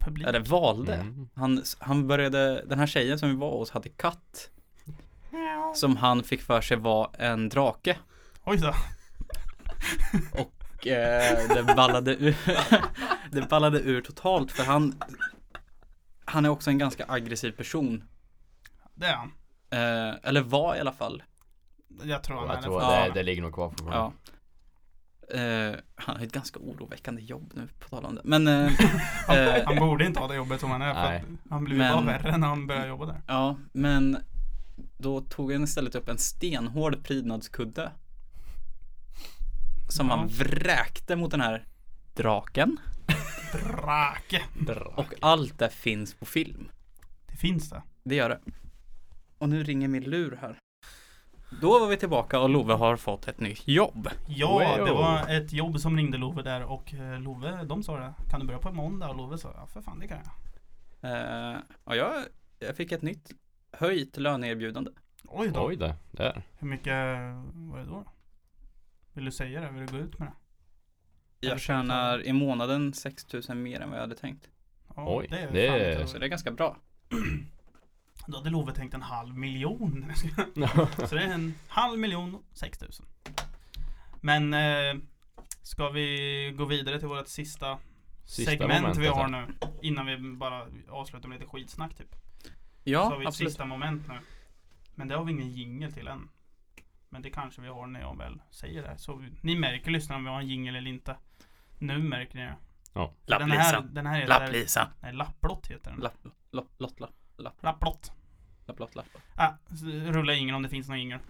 Publik. eller valde, Mm. han, han började, den här tjejen som vi var hos hade katt som han fick för sig var en drake. Oj då. Och eh, det ballade ur Det ballade ur totalt för han Han är också en ganska aggressiv person Det är han. eh, Eller var i alla fall Jag tror han är Jag tror det. fan. det, det ligger nog kvar fortfarande. Ja eh, Han har ett ganska oroväckande jobb nu på tal om det Men eh, eh, Han borde inte ha det jobbet som han är för Nej. att han blev ju bara Men- värre när han började jobba där. Ja men Då tog han istället upp en stenhård prydnadskudde Som Ja. han vräkte mot den här draken Drake. Och allt det finns på film Det finns det. Det gör det. Och nu ringer min lur här. Då var vi tillbaka och Love har fått ett nytt jobb. Ja, Wow. det var ett jobb som ringde Love där och eh, Love, de sa det. Kan du börja på måndag? Och Love sa, ja för fan det kan jag. Eh, och jag, jag fick ett nytt höjt löneerbjudande. Oj då. Oj då, där. Hur mycket var det då? Vill du säga det? Vill du gå ut med det? Jag tjänar i månaden 6 000 mer än vad jag hade tänkt. Ja, Oj, är det fan är- inte Så dåligt. det är ganska bra. Då hade Love tänkt en halv miljon. Så det är en halv miljon och 6 000. Men eh, ska vi gå vidare till vårt sista, Sista segment vi momentet har här. nu? Innan vi bara avslutar med lite skitsnack typ. så har Ja, vi ett absolut. sista moment nu. Men det har vi ingen jingel till än. Men det kanske vi har när jag väl säger det. här. Så vi- ni märker lyssnarna om vi har en jingel eller inte. Nu märker ni det. Ja. För Den här, den här heter... Lapplisa. Nej, lapplott heter den. Lapp, lopp, lott, lapp, lapp, Lapplott. lapp, lott, lapp. Ah, så rulla ingen om det finns någon jingel.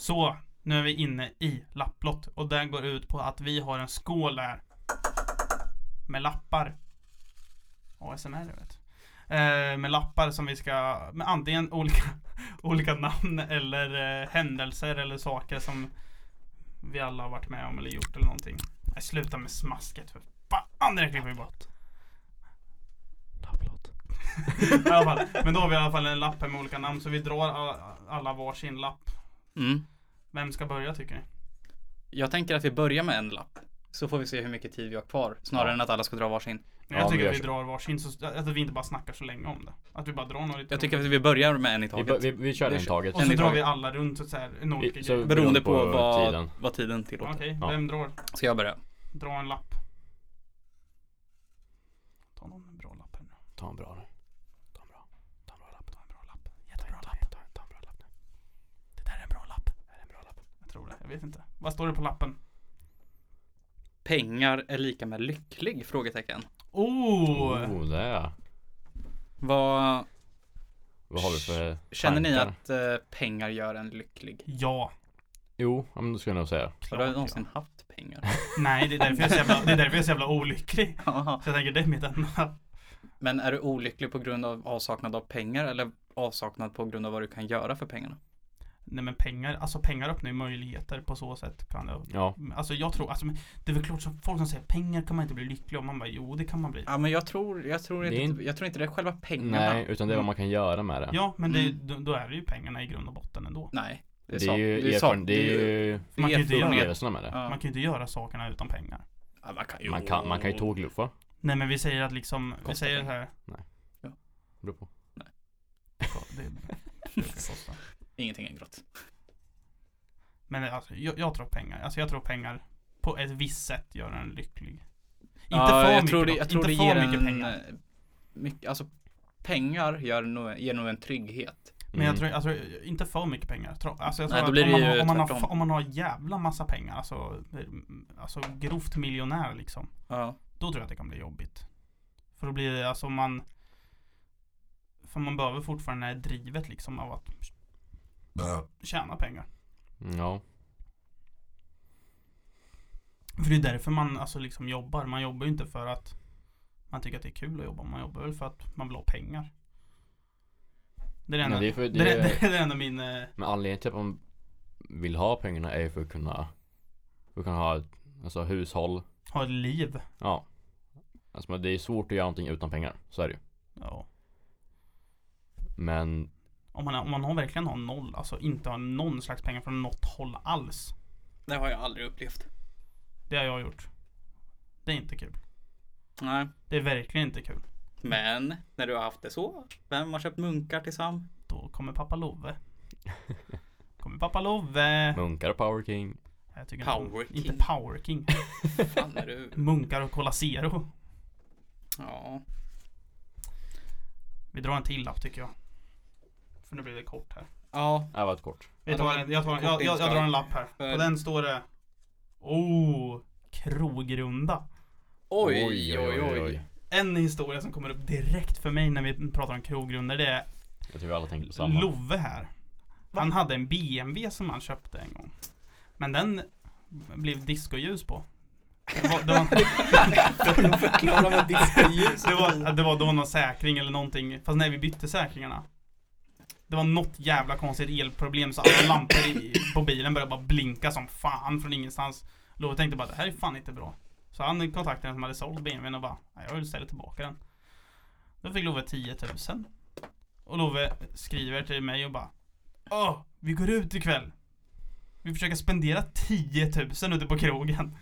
Så, nu är vi inne i lapplott och den går ut på att vi har en skål där. Med lappar. ASMR jag vet. Eh, med lappar som vi ska, med antingen olika, olika namn eller eh, händelser eller saker som vi alla har varit med om eller gjort eller någonting. Nej sluta med smasket för fan, det där klipper vi bort. Lapplott. I alla fall. Men då har vi i alla fall en lapp här med olika namn så vi drar alla, alla varsin lapp. Mm. Vem ska börja tycker ni? Jag tänker att vi börjar med en lapp. Så får vi se hur mycket tid vi har kvar. Snarare Ja. än att alla ska dra varsin. Nej, jag Ja, tycker vi att vi gör så. drar varsin, så att vi inte bara snackar så länge om det. Att vi bara drar några lite Jag tycker att vi börjar med en i Vi, taget. bör- vi, vi kör Vi en kör- taget. Och så en i drar taget. vi alla runt så här, en olika I- så- grej. Beroende på, Beroende på vad, tiden. vad tiden tillåter. Okej, Ja. vem drar? Ska jag börja? Dra en lapp. Ta någon med bra lapp här nu. Ta en bra nu. Ta en bra. Ta en bra lapp. Ta en bra lapp. Jättebra lapp. Ta en bra lapp. Jag vet inte. Vad står det på lappen? Pengar är lika med lycklig? Frågetecken. Oh! Oh, det är Vad Vad har du för känner ni tankar? att eh, pengar gör en lycklig? Ja, Jo, ja, men då skulle jag nog säga. Har klart. du ja. någonsin haft pengar? Nej, det är därför jag är så jävla, det är därför jag är så jävla olycklig. Jaha. Så jag tänker det är mitt enda. Men är du olycklig på grund av avsaknad av pengar eller avsaknad på grund av vad du kan göra för pengarna? Nej men pengar, alltså pengar öppnar ju möjligheter på så sätt. Kan det. Ja, Alltså jag tror, alltså, men det är väl klart som folk som säger pengar kan man inte bli lycklig om. Man bara jo det kan man bli. Ja men jag tror, jag tror, Det är inte, inte- jag tror inte det är själva pengarna. nej, utan det är vad Mm. man kan göra med det. Ja men det, Mm. då, då är det ju pengarna i grund och botten ändå. Nej. det, är ju det är, erfaren- sak- det är ju Man kan ju inte göra, upplevelserna med det. ja. man kan ju inte göra sakerna utan pengar. Ja, man kan ju. Man kan, man kan ju tågluffa. Nej men vi säger att liksom, vi Kostar säger så här. Beror på. Det, det kostar. Ingenting är grått. Men alltså, jag, jag tror pengar, alltså jag tror pengar på ett visst sätt gör en lycklig. Inte ja, för jag mycket tror det, dock. jag tror inte det ger för mycket en, pengar. eh, Mycket, alltså pengar gör nog, ger nog en trygghet. Men jag Mm. tror, alltså, inte för mycket pengar. Tro- Alltså, jag tror Nej, då att blir om, det man, ju har- om, man har, tvärtom. fa- om man har jävla massa pengar, alltså, mm, alltså grovt miljonär liksom. Ja. Då tror jag att det kan bli jobbigt. För då blir det, alltså man För man behöver fortfarande det här drivet liksom av att tjäna pengar. Ja. För det är därför man alltså liksom jobbar. Man jobbar ju inte för att man tycker att det är kul att jobba. Man jobbar väl för att man vill ha pengar. Det är det Men, enda, det är för, det är, det är, det är det enda min eh, men anledningen till att man vill ha pengarna är ju för att kunna, för att kunna ha ett alltså, hushåll. ha ett liv. Ja. Alltså men det är svårt att göra någonting utan pengar. Så är det ju. Ja. Men Om man, om man har verkligen har noll, alltså inte har någon slags pengar från något håll alls. Det har jag aldrig upplevt. Det har jag gjort. Det är inte kul. Nej. Det är verkligen inte kul. Men när du har haft det så, vem har köpt munkar till Sam? Då kommer pappa Love. Kommer pappa Love. munkar och power king. Jag tycker inte om- Power King. Inte Power King. Fan är du? Munkar och Cola Zero. Ja. Vi drar en till lapp tycker jag. För nu blir det kort här. Ja, Det här var ett kort. Jag, tar en, jag, tar en, jag, jag, jag drar en lapp här. På den står det Oh, Krogrunda. oj oj oj. oj. En historia som kommer upp direkt för mig när vi pratar om krogrundor det är Jag tror vi alla tänker samma. Love här. Han hade en BMW som han köpte en gång. Men den blev discoljus på. Det var, det var, Kan du förklara vad diskoljus det var, det var då någon säkring eller någonting. Fast när vi bytte säkringarna. Det var något jävla konstigt elproblem så alla lampor i, på bilen började bara blinka som fan från ingenstans. Love tänkte bara det här är fan inte bra. Så han kontaktade den som hade sålt BMWn och bara "Nej, jag vill ställa tillbaka den. Då fick Love 10 000. Och Love skriver till mig och bara Åh, vi går ut ikväll. Vi försöker spendera 10 000 ute på krogen.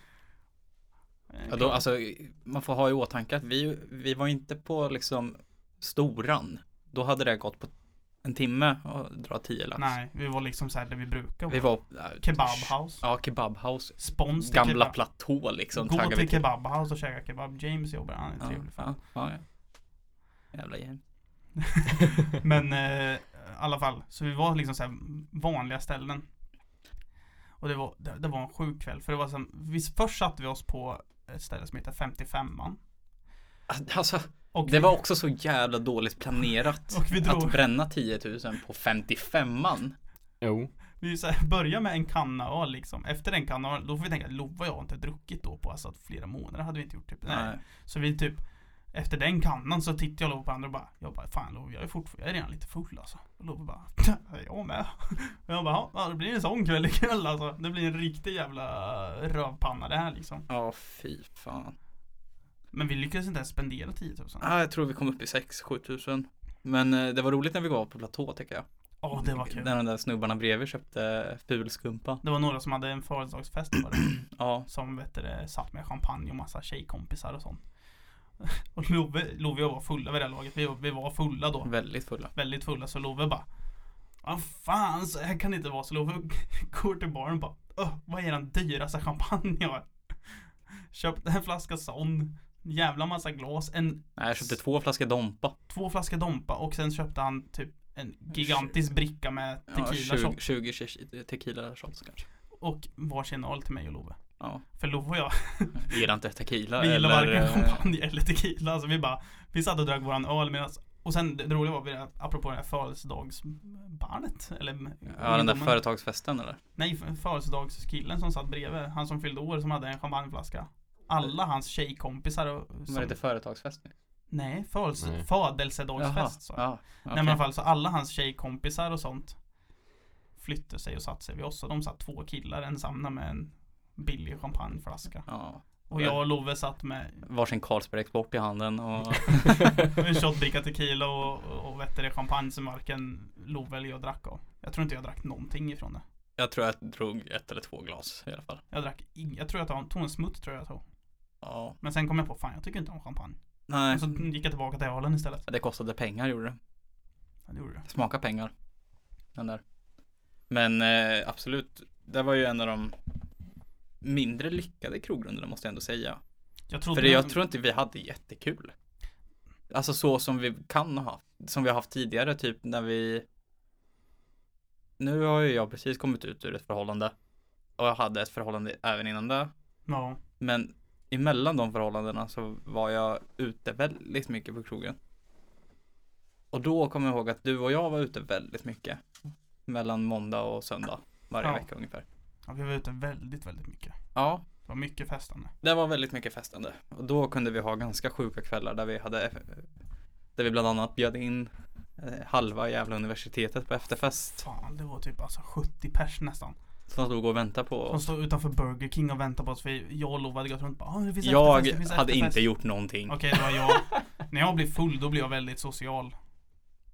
Ja, då, alltså, man får ha i åtanke att vi, vi var inte på liksom storan. Då hade det gått på en timme och dra 10 lax. Nej, vi var liksom såhär där vi brukar Vi vara. var äh, Kebabhouse. Ja, kebabhouse. Spons till Gamla kebab. platå liksom. Gå taggar till vi kebabhouse och käka kebab. James jobbar, han är Ja, trevlig fan. ja, ja, ja. Jävla gäng. Men eh, i alla fall, så vi var liksom så här vanliga ställen. Och det var, det, det var en sjuk kväll. För det var så här, vi, först satte vi oss på ett ställe som heter 55an. Alltså, Och det var också så jävla dåligt planerat. Och vi drog- Att bränna 10 000 på 55an. Jo. vi, vi så här, började med en kanna öl liksom. Efter den kanna öl, då får vi tänka att Lova och jag har inte druckit då på alltså, flera månader hade vi inte gjort typ. Nej. Nej. Så vi typ efter den kannan så tittade jag Love på andra och bara Jag bara fan Love jag är fortfarande, jag är redan lite full alltså Och Love bara Jag med Och jag bara "Ja, ja det blir en sån kväll ikväll alltså Det blir en riktig jävla rövpanna det här liksom Ja, fy fan. Men vi lyckades inte ens spendera 10 000 Ja Ah, jag tror vi kom upp i 6-7 000. Men eh, det var roligt när vi var på platå tycker jag. det var kul När de där snubbarna bredvid köpte fulskumpa. Det var några som hade en födelsedagsfest var det, Ja, Som vet du, det, satt med champagne och massa tjejkompisar och sånt Och Love, Love och jag var fulla vid det här laget Vi, var- vi var fulla då väldigt fulla. väldigt fulla så Love bara Vad fan, så här kan det inte vara. Så Love går till baren och bara "Åh, Vad är den dyraste champagne jag har? Köpte en flaska sån, jävla massa glas, en, Nej, jag köpte två flaskor Dompa. två flaskor Dompa och sen köpte han typ en gigantisk bricka med Ja, tequila 20, shot. 20 tequila shots kanske. och varsin öl till mig och Love. Ja. För Love och jag, Vi gillar inte tequila vi gillar eller... varken eh, champagne eller tequila. Alltså vi bara, vi satt och drack våran öl medan och sen det det roliga var, vi- apropå det här födelsedagsbarnet, eller Ja, den där ungdomen. företagsfesten eller? Nej, f- födelsedagskillen som satt bredvid, han som fyllde år som hade en champagneflaska. Alla hans tjejkompisar och... Var det Som, inte företagsfest nu? nej, födels, Nej. födelsedagsfest sa jag. ja. Nej men i alla okej. fall så alla hans tjejkompisar och sånt flyttade sig och satte sig vid oss och de satt två killar ensamma med en billig champagneflaska. Ja. Och jag och Love satt med Varsin Carlsberg Export i handen och... en shotbricka tequila och, och vet du det, champagne som varken Love eller jag drack av. Jag tror inte jag drack någonting ifrån det. Jag tror jag drog ett eller två glas i alla fall. Jag drack ing- jag tror jag tog- tog en smutt tror jag jag tog. Ja. Men sen kom jag på, fan jag tycker inte om champagne. Nej. Och så gick jag tillbaka till ölen istället. Det kostade pengar gjorde det. Ja, det gjorde det. Smaka pengar. Den där. Men eh, absolut, det var ju en av de mindre lyckade krogrunderna måste jag ändå säga. Jag trodde För det, jag tror inte vi hade jättekul. Alltså så som vi kan ha haft, som vi har haft tidigare, typ när vi Nu har ju jag precis kommit ut ur ett förhållande och jag hade ett förhållande även innan det. Ja. Men emellan de förhållandena så var jag ute väldigt mycket på krogen. Och då kommer jag ihåg att du och jag var ute väldigt mycket. Mellan måndag och söndag. Varje Ja. vecka ungefär. ja, vi var ute väldigt, väldigt mycket. Ja, Det var mycket festande. Det var väldigt mycket festande och då kunde vi ha ganska sjuka kvällar där vi hade där vi bland annat bjöd in eh, halva jävla universitetet på efterfest Fan, det var typ alltså 70 pers nästan. som stod och väntade på De oss. stod utanför Burger King och väntade på oss. För jag och Lova hade gått runt och bara, "Ah, det finns Jag efterfest, det finns hade efterfest." inte gjort någonting. Okej, det var jag. när jag blir full, då blir jag väldigt social.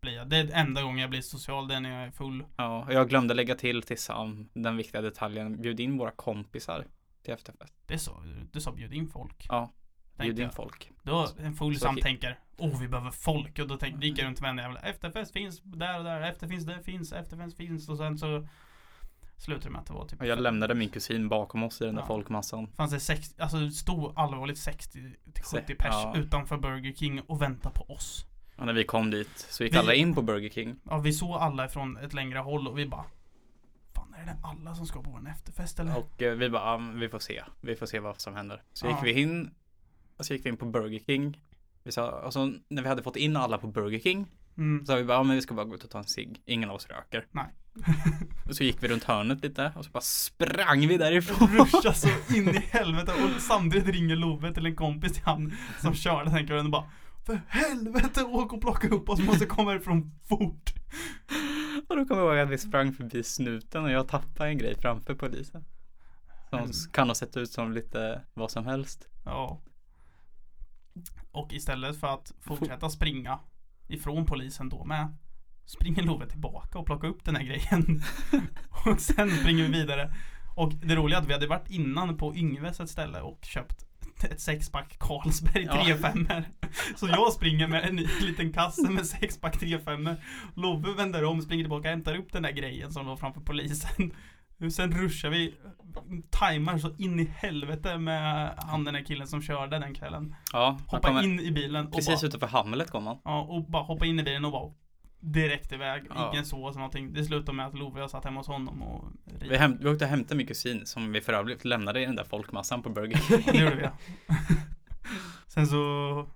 Blir jag. Det är enda gången jag blir social, det är när jag är full. Ja, och jag glömde lägga till till Sam den viktiga detaljen, bjud in våra kompisar till efterfest. Det sa du, sa bjud in folk. Ja, Bjud Tänkte in jag. folk. Då en full Så Sam okej. tänker, oh vi behöver folk. Och då tänker, gick jag runt med en jävla efterfest finns där och där, efter finns det finns, efterfest finns. Och sen så slutade det med att det var typ Och jag fem- lämnade min kusin bakom oss i den där Ja. folkmassan. Fanns det 60, alltså det stod allvarligt 60 till 70 pers ja. utanför Burger King och väntade på oss. Och när vi kom dit så gick Vi- alla in på Burger King. Ja, vi såg alla från ett längre håll och vi bara Fan är det alla som ska på en efterfest eller? Och eh, vi bara, "Ah, men vi får se. Vi får se vad som händer. Så Ja. gick vi in, och så gick vi in på Burger King. Vi sa, och så när vi hade fått in alla på Burger King, Mm. så sa vi bara, "Ja, men vi ska bara gå ut och ta en cigg. Ingen av oss röker. Nej. Och så gick vi runt hörnet lite och så bara sprang vi därifrån. Ruscha så in i helvete och samtidigt ringer Love till en kompis till han som körde den kvällen och bara För helvete åk och plocka upp oss, vi måste komma härifrån fort. Och då kommer jag ihåg att vi sprang förbi snuten och jag tappade en grej framför polisen. Som Mm. kan ha sett ut som lite vad som helst. Ja. Och istället för att fortsätta springa ifrån polisen då med springer Love tillbaka och plockar upp den här grejen. och sen springer vi vidare. Och det roliga är att vi hade varit innan på Yngves ett ställe och köpt ett sexpack Carlsberg Ja. 35 Så jag springer med en liten kasse med sexpack 35 Love vänder om, springer tillbaka, hämtar upp den där grejen som låg framför polisen. Sen ruschar vi, tajmar så in i helvete med han den där killen som körde den kvällen. Ja, man Hoppa kommer- in i bilen och precis bara, utanför Hamlet kom han. ja, och bara hoppa in i bilen och bara direkt iväg. Ja. Ingen sås eller någonting. Det slutade med att Love och jag satt hemma hos honom och Vi, ritade. häm- vi åkte och hämtade min kusin som vi för övrigt lämnade i den där folkmassan på Burger King. Det gjorde vi. ja. Sen så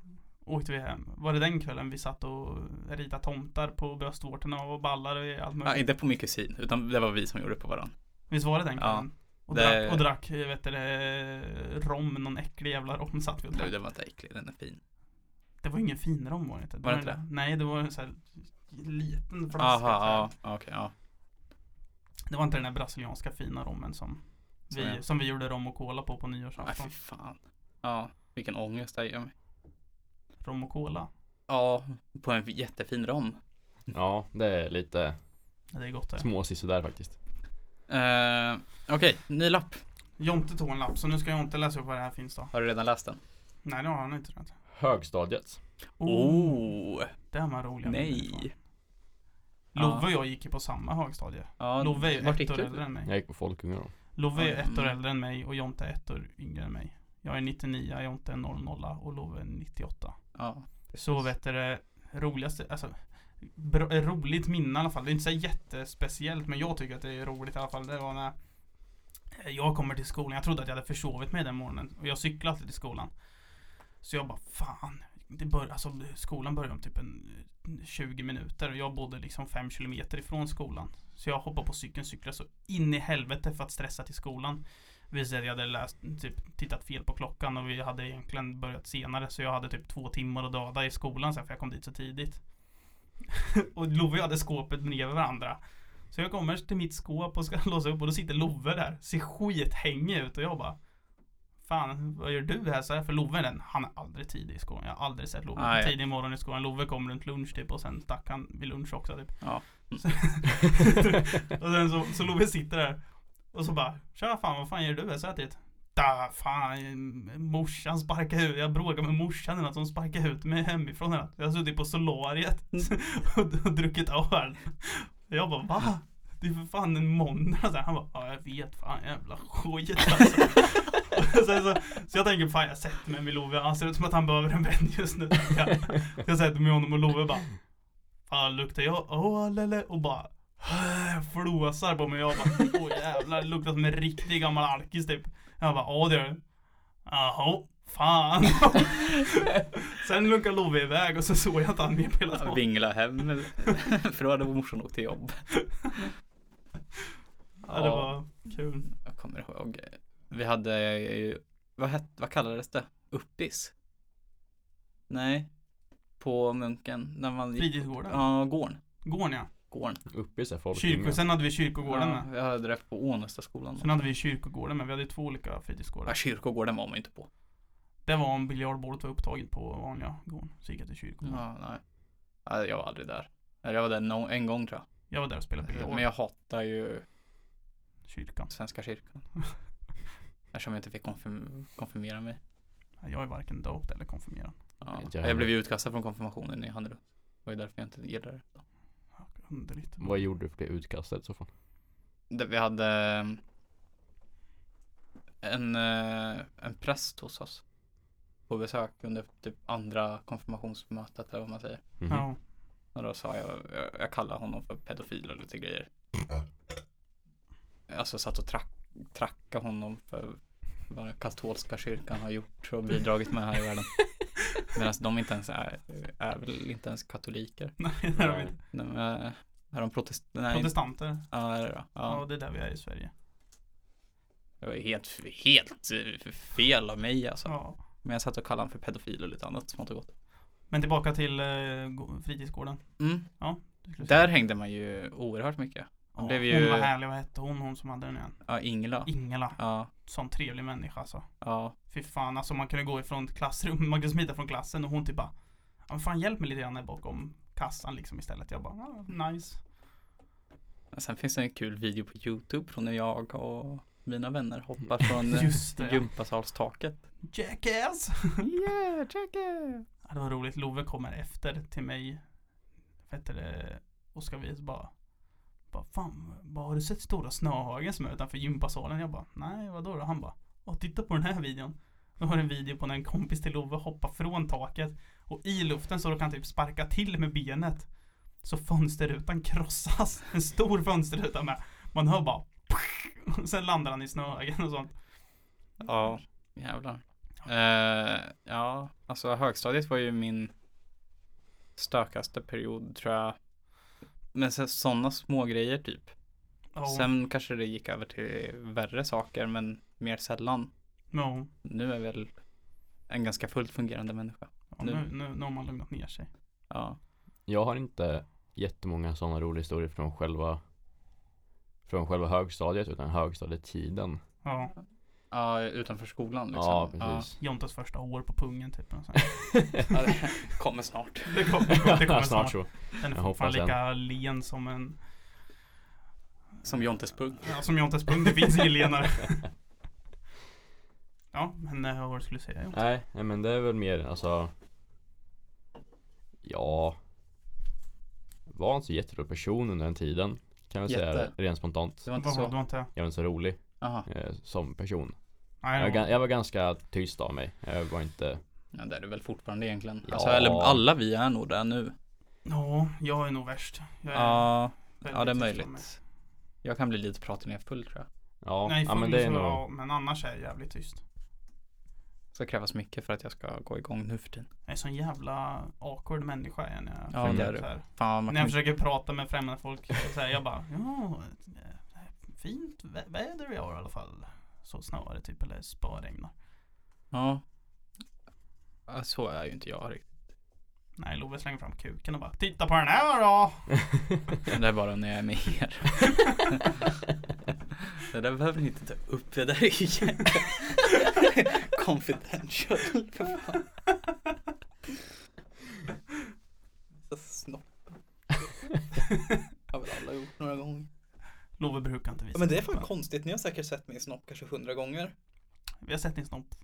åkte vi hem. Var det den kvällen vi satt och ritade tomtar på bröstvårtorna och ballar och allt Ja, möjligt? inte på min kusin, utan det var vi som gjorde det på varandra. Visst var det den Ja. kvällen? Och, Det- drack, och drack, vet du, det, rom, någon äcklig jävla rom satt vi och drack. Du, den var inte äcklig, den är fin. Det var ingen fin rom var det inte? Var det inte en- Nej, det var en sån här liten flaska. så här. Aha, ja, okej, ja. Det var inte den där brasilianska fina rommen som vi, Som jag- som vi gjorde rom och cola på på Nej, nyårsafton. fy fan. Ja, vilken ångest det gör mig. rom och cola, Ja, på en jättefin rom. Ja, det är lite det är gott det. småsisådär där faktiskt. Eh, okej, ny lapp. Jonte tog en lapp, så nu ska Jonte läsa upp vad det här finns då. Har du redan läst den? Nej, det har han inte. tror jag inte. Högstadiet. Oh, Det här var roliga minnen nej. från. Love Ja. och jag gick ju på samma högstadie. Ja, Love är ju vart ett gick år du? äldre än mig. Jag gick på Folkungar då. Love är ju Oj, ett år mm. äldre än mig och Jonte är ett år yngre än mig. Jag är 99, Jonte är 00 och Love är 98. Ja, Så vet du det roligaste, alltså bro, roligt minne i alla fall. Det är inte så här jättespeciellt men jag tycker att det är roligt i alla fall. Det var när Jag kommer till skolan, jag trodde att jag hade försovit mig den morgonen och jag cyklade alltid till skolan. Så jag bara fan, det bör, alltså, skolan börjar om typ en eh, 20 minuter och jag bodde liksom 5 kilometer ifrån skolan. Så jag hoppade på cykeln, cyklade så in i helvete för att stressa till skolan. Visade att jag hade läst, typ, tittat fel på klockan och vi hade egentligen börjat senare så jag hade typ två timmar att döda i skolan sen för jag kom dit så tidigt. och Love och jag hade skåpet bredvid varandra. Så jag kommer till mitt skåp och ska låsa upp och då sitter Love där. Ser skithängig ut och jag bara Fan, vad gör du här? Så här för Love den, han är aldrig tidig i skolan. Jag har aldrig sett Love Nej. tidig morgon i skolan. Love kom runt lunch typ och sen stack han vid lunch också typ. Ja. Och sen så, så Love sitter där och så bara Tja fan, vad fan gör du här så här tidigt? Da fan, morsan sparkade ut, jag bråkade med morsan eller något, hon sparkade ut mig hemifrån eller något. Jag har suttit på solariet och, och druckit öl. Jag bara va? Det är för fan en måndag så här. Han bara ja jag vet fan jävla skit alltså. Och sen så, så jag tänker fan jag sätter mig med Love, han ser ut som att han behöver en vän just nu. Jag, jag sätter mig med honom och Love bara Fan luktar jag öl eller? Och bara Flåsar på mig jag bara Åh jävlar, det luktar som en riktig gammal alkis typ Jag bara ja det gör det Jaha, fan Sen lunkade Love iväg och så såg jag inte han mer på hela dagen Vingla hem. För då hade morsan åkt till jobb. ja. Det var kul Jag kommer ihåg. eh, Vi hade, eh, vad, het, vad kallades det? Uppis? Nej. På Munken. När man gick. Fritidsgården, Ja, gården. gården ja Gården. Uppe i så här folk. Kyrko, Sen hade vi kyrkogården Ja, med jag hade det på Ånestadsskolan. Sen hade vi kyrkogården med, vi hade två olika Ja, fritidsgårdar kyrkogården var man ju inte på. Det var om biljardbordet var upptaget på vanliga gården Så gick jag till kyrkogården Ja, nej. Ja, Jag var aldrig där. Eller jag var där no- en gång tror jag. Jag var där och spelade biljard, Men jag hatar ju kyrkan Svenska kyrkan. Eftersom jag inte fick konfirm- konfirmera mig. Jag är varken döpt eller konfirmerad Ja. Inte jag Jag heller. blev ju utkastad från konfirmationen i Hannerud. Det var ju därför jag inte gillade det. Underligt. Vad gjorde du för det utkastet i så fall? Där vi hade eh, en, eh, en präst hos oss på besök under typ andra konfirmationsmötet eller vad man säger. Mhm. Ja. Och då sa jag, jag, jag kallar honom för pedofil och lite grejer. Alltså satt och track, tracka honom för vad den katolska kyrkan har gjort och bidragit med här i världen. Medan de inte ens är, är väl inte ens katoliker. Nej, det är de inte. De är, är de protest... Nej, Protestanter. ja, det är det. Ja. ja. det är där vi är i Sverige. Det var ju helt, helt eh, fel av mig alltså. Ja. Men jag satt och kallade honom för pedofil och lite annat smått och gott. Men tillbaka till eh, gå- fritidsgården. Mm. Du skulle säga. Där hängde man ju oerhört mycket. ja, blev Hon ju- var härlig, vad hette hon? Hon som hade den igen. Ja, Ingela. Ingela. Ja, Sån trevlig människa alltså. ja. Fy fan, alltså man kunde gå ifrån ett klassrum, man kunde smita från klassen och hon typ bara Ja men fan hjälp mig lite grann här bakom kassan liksom istället. Jag bara, ah, nice. Sen finns det en kul video på YouTube från när jag och mina vänner hoppar från eh, Just det. ja. gympasalstaket. Jackass! Yeah, check it! Ja, det var roligt. Love kommer efter till mig. Vad heter det? Oskar Wies bara. Bara fan, bara, har du sett stora snöhagen som är utanför gympasalen? Jag bara nej vadå då? Han bara. Åh titta på den här videon. Då har en video på när en kompis till Love hoppar från taket. Och i luften så kan han typ sparka till med benet. Så fönsterrutan krossas. En stor fönsterruta med. Man hör bara. Och sen landar han i snöhagen och sånt. Ja, jävlar. Eh, ja, alltså högstadiet var ju min stökaste period tror jag. Men så- sådana små grejer typ. Ja, Sen kanske det gick över till värre saker men mer sällan. ja, Nu är väl en ganska fullt fungerande människa. ja, nu, nu, nu har man lugnat ner sig. Ja, Jag har inte jättemånga sådana roliga historier från själva från själva högstadiet utan högstadietiden. Ja. ja utanför skolan liksom. Ja, precis. Jontas första år på pungen typ. Och sen- Ja, det kommer snart. Det kommer, det kommer snart. så. Den är Jag fortfarande hoppas lika len som en... Som Jontes pung. Ja, som Jontes pung. Det finns ingen lenare. Ja, men eh, vad skulle du säga? Jonte? Nej, nej, men det är väl mer alltså Ja Var inte så jätterolig person under den tiden Kan jag väl säga Jätte. rent spontant Det var inte Vad var det så. var inte? Jag var inte så rolig Jaha. eh, som person jag, Nej, det var var- gan- jag var ganska tyst av mig Jag var inte Ja, det är det väl fortfarande egentligen. Ja. Alltså, eller alla vi är nog där nu. Ja, jag är nog värst. Jag är Ja, väldigt ja det är tyst av mig. möjligt. Jag kan bli lite pratig när jag är full tror jag. Ja, Nej, ja full men det är så, nog... ja, men annars är det jävligt tyst. Så krävas mycket för att jag ska gå igång nu för tiden. Jag är sån jävla awkward människa är jag när jag Ja, försöker det är du. så här. Fan, man När jag kan... försöker prata med främmande folk så här, jag bara ja, eh, fint vä- väder vi har i alla fall. Så snöar det typ eller spöregnar. Ja. Ja, Så är ju inte jag riktigt. Nej, Love slänger fram kuken och bara titta på den här då. Det där är bara när jag är med er. det där behöver ni inte ta upp. Det där är ju jävla confidential. För fan. Så snoppen. Har väl alla gjort några gånger. Love brukar inte visa Ja, men det är snoppen. fan konstigt. Ni har säkert sett min snopp kanske hundra gånger. Vi har sett din snopp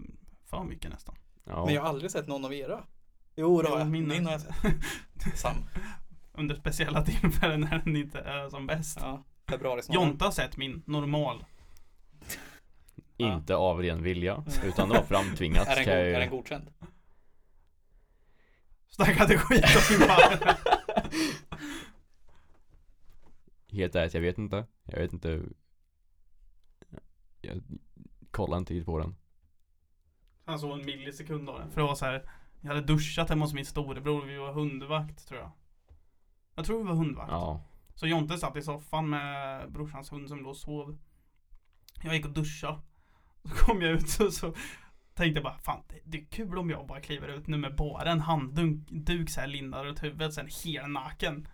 för mycket nästan. Ja. Men jag har aldrig sett någon av era. Jo, det har Jo, jag. mina. Min har jag sett. Sam. Under speciella tillfällen när den inte är som bäst. Ja, februari snart. Jonte har sett min normal. Inte av ren vilja, utan det var framtvingat Är den, kan god, jag ju... är den godkänd? Snackade skit om min pappa. Helt ärligt, jag vet inte. Jag vet inte. Jag kollar inte riktigt på den. Han såg en millisekund av den. För det var så här. Jag hade duschat hemma hos min storebror. Vi var hundvakt tror jag. Jag tror vi var hundvakt. Ja. Så Jonte satt i soffan med brorsans hund som låg och sov. Jag gick och duschade. Så kom jag ut och så tänkte jag bara fan det, det är kul om jag bara kliver ut nu med bara en handduk duk så här lindad runt huvudet sen helnaken.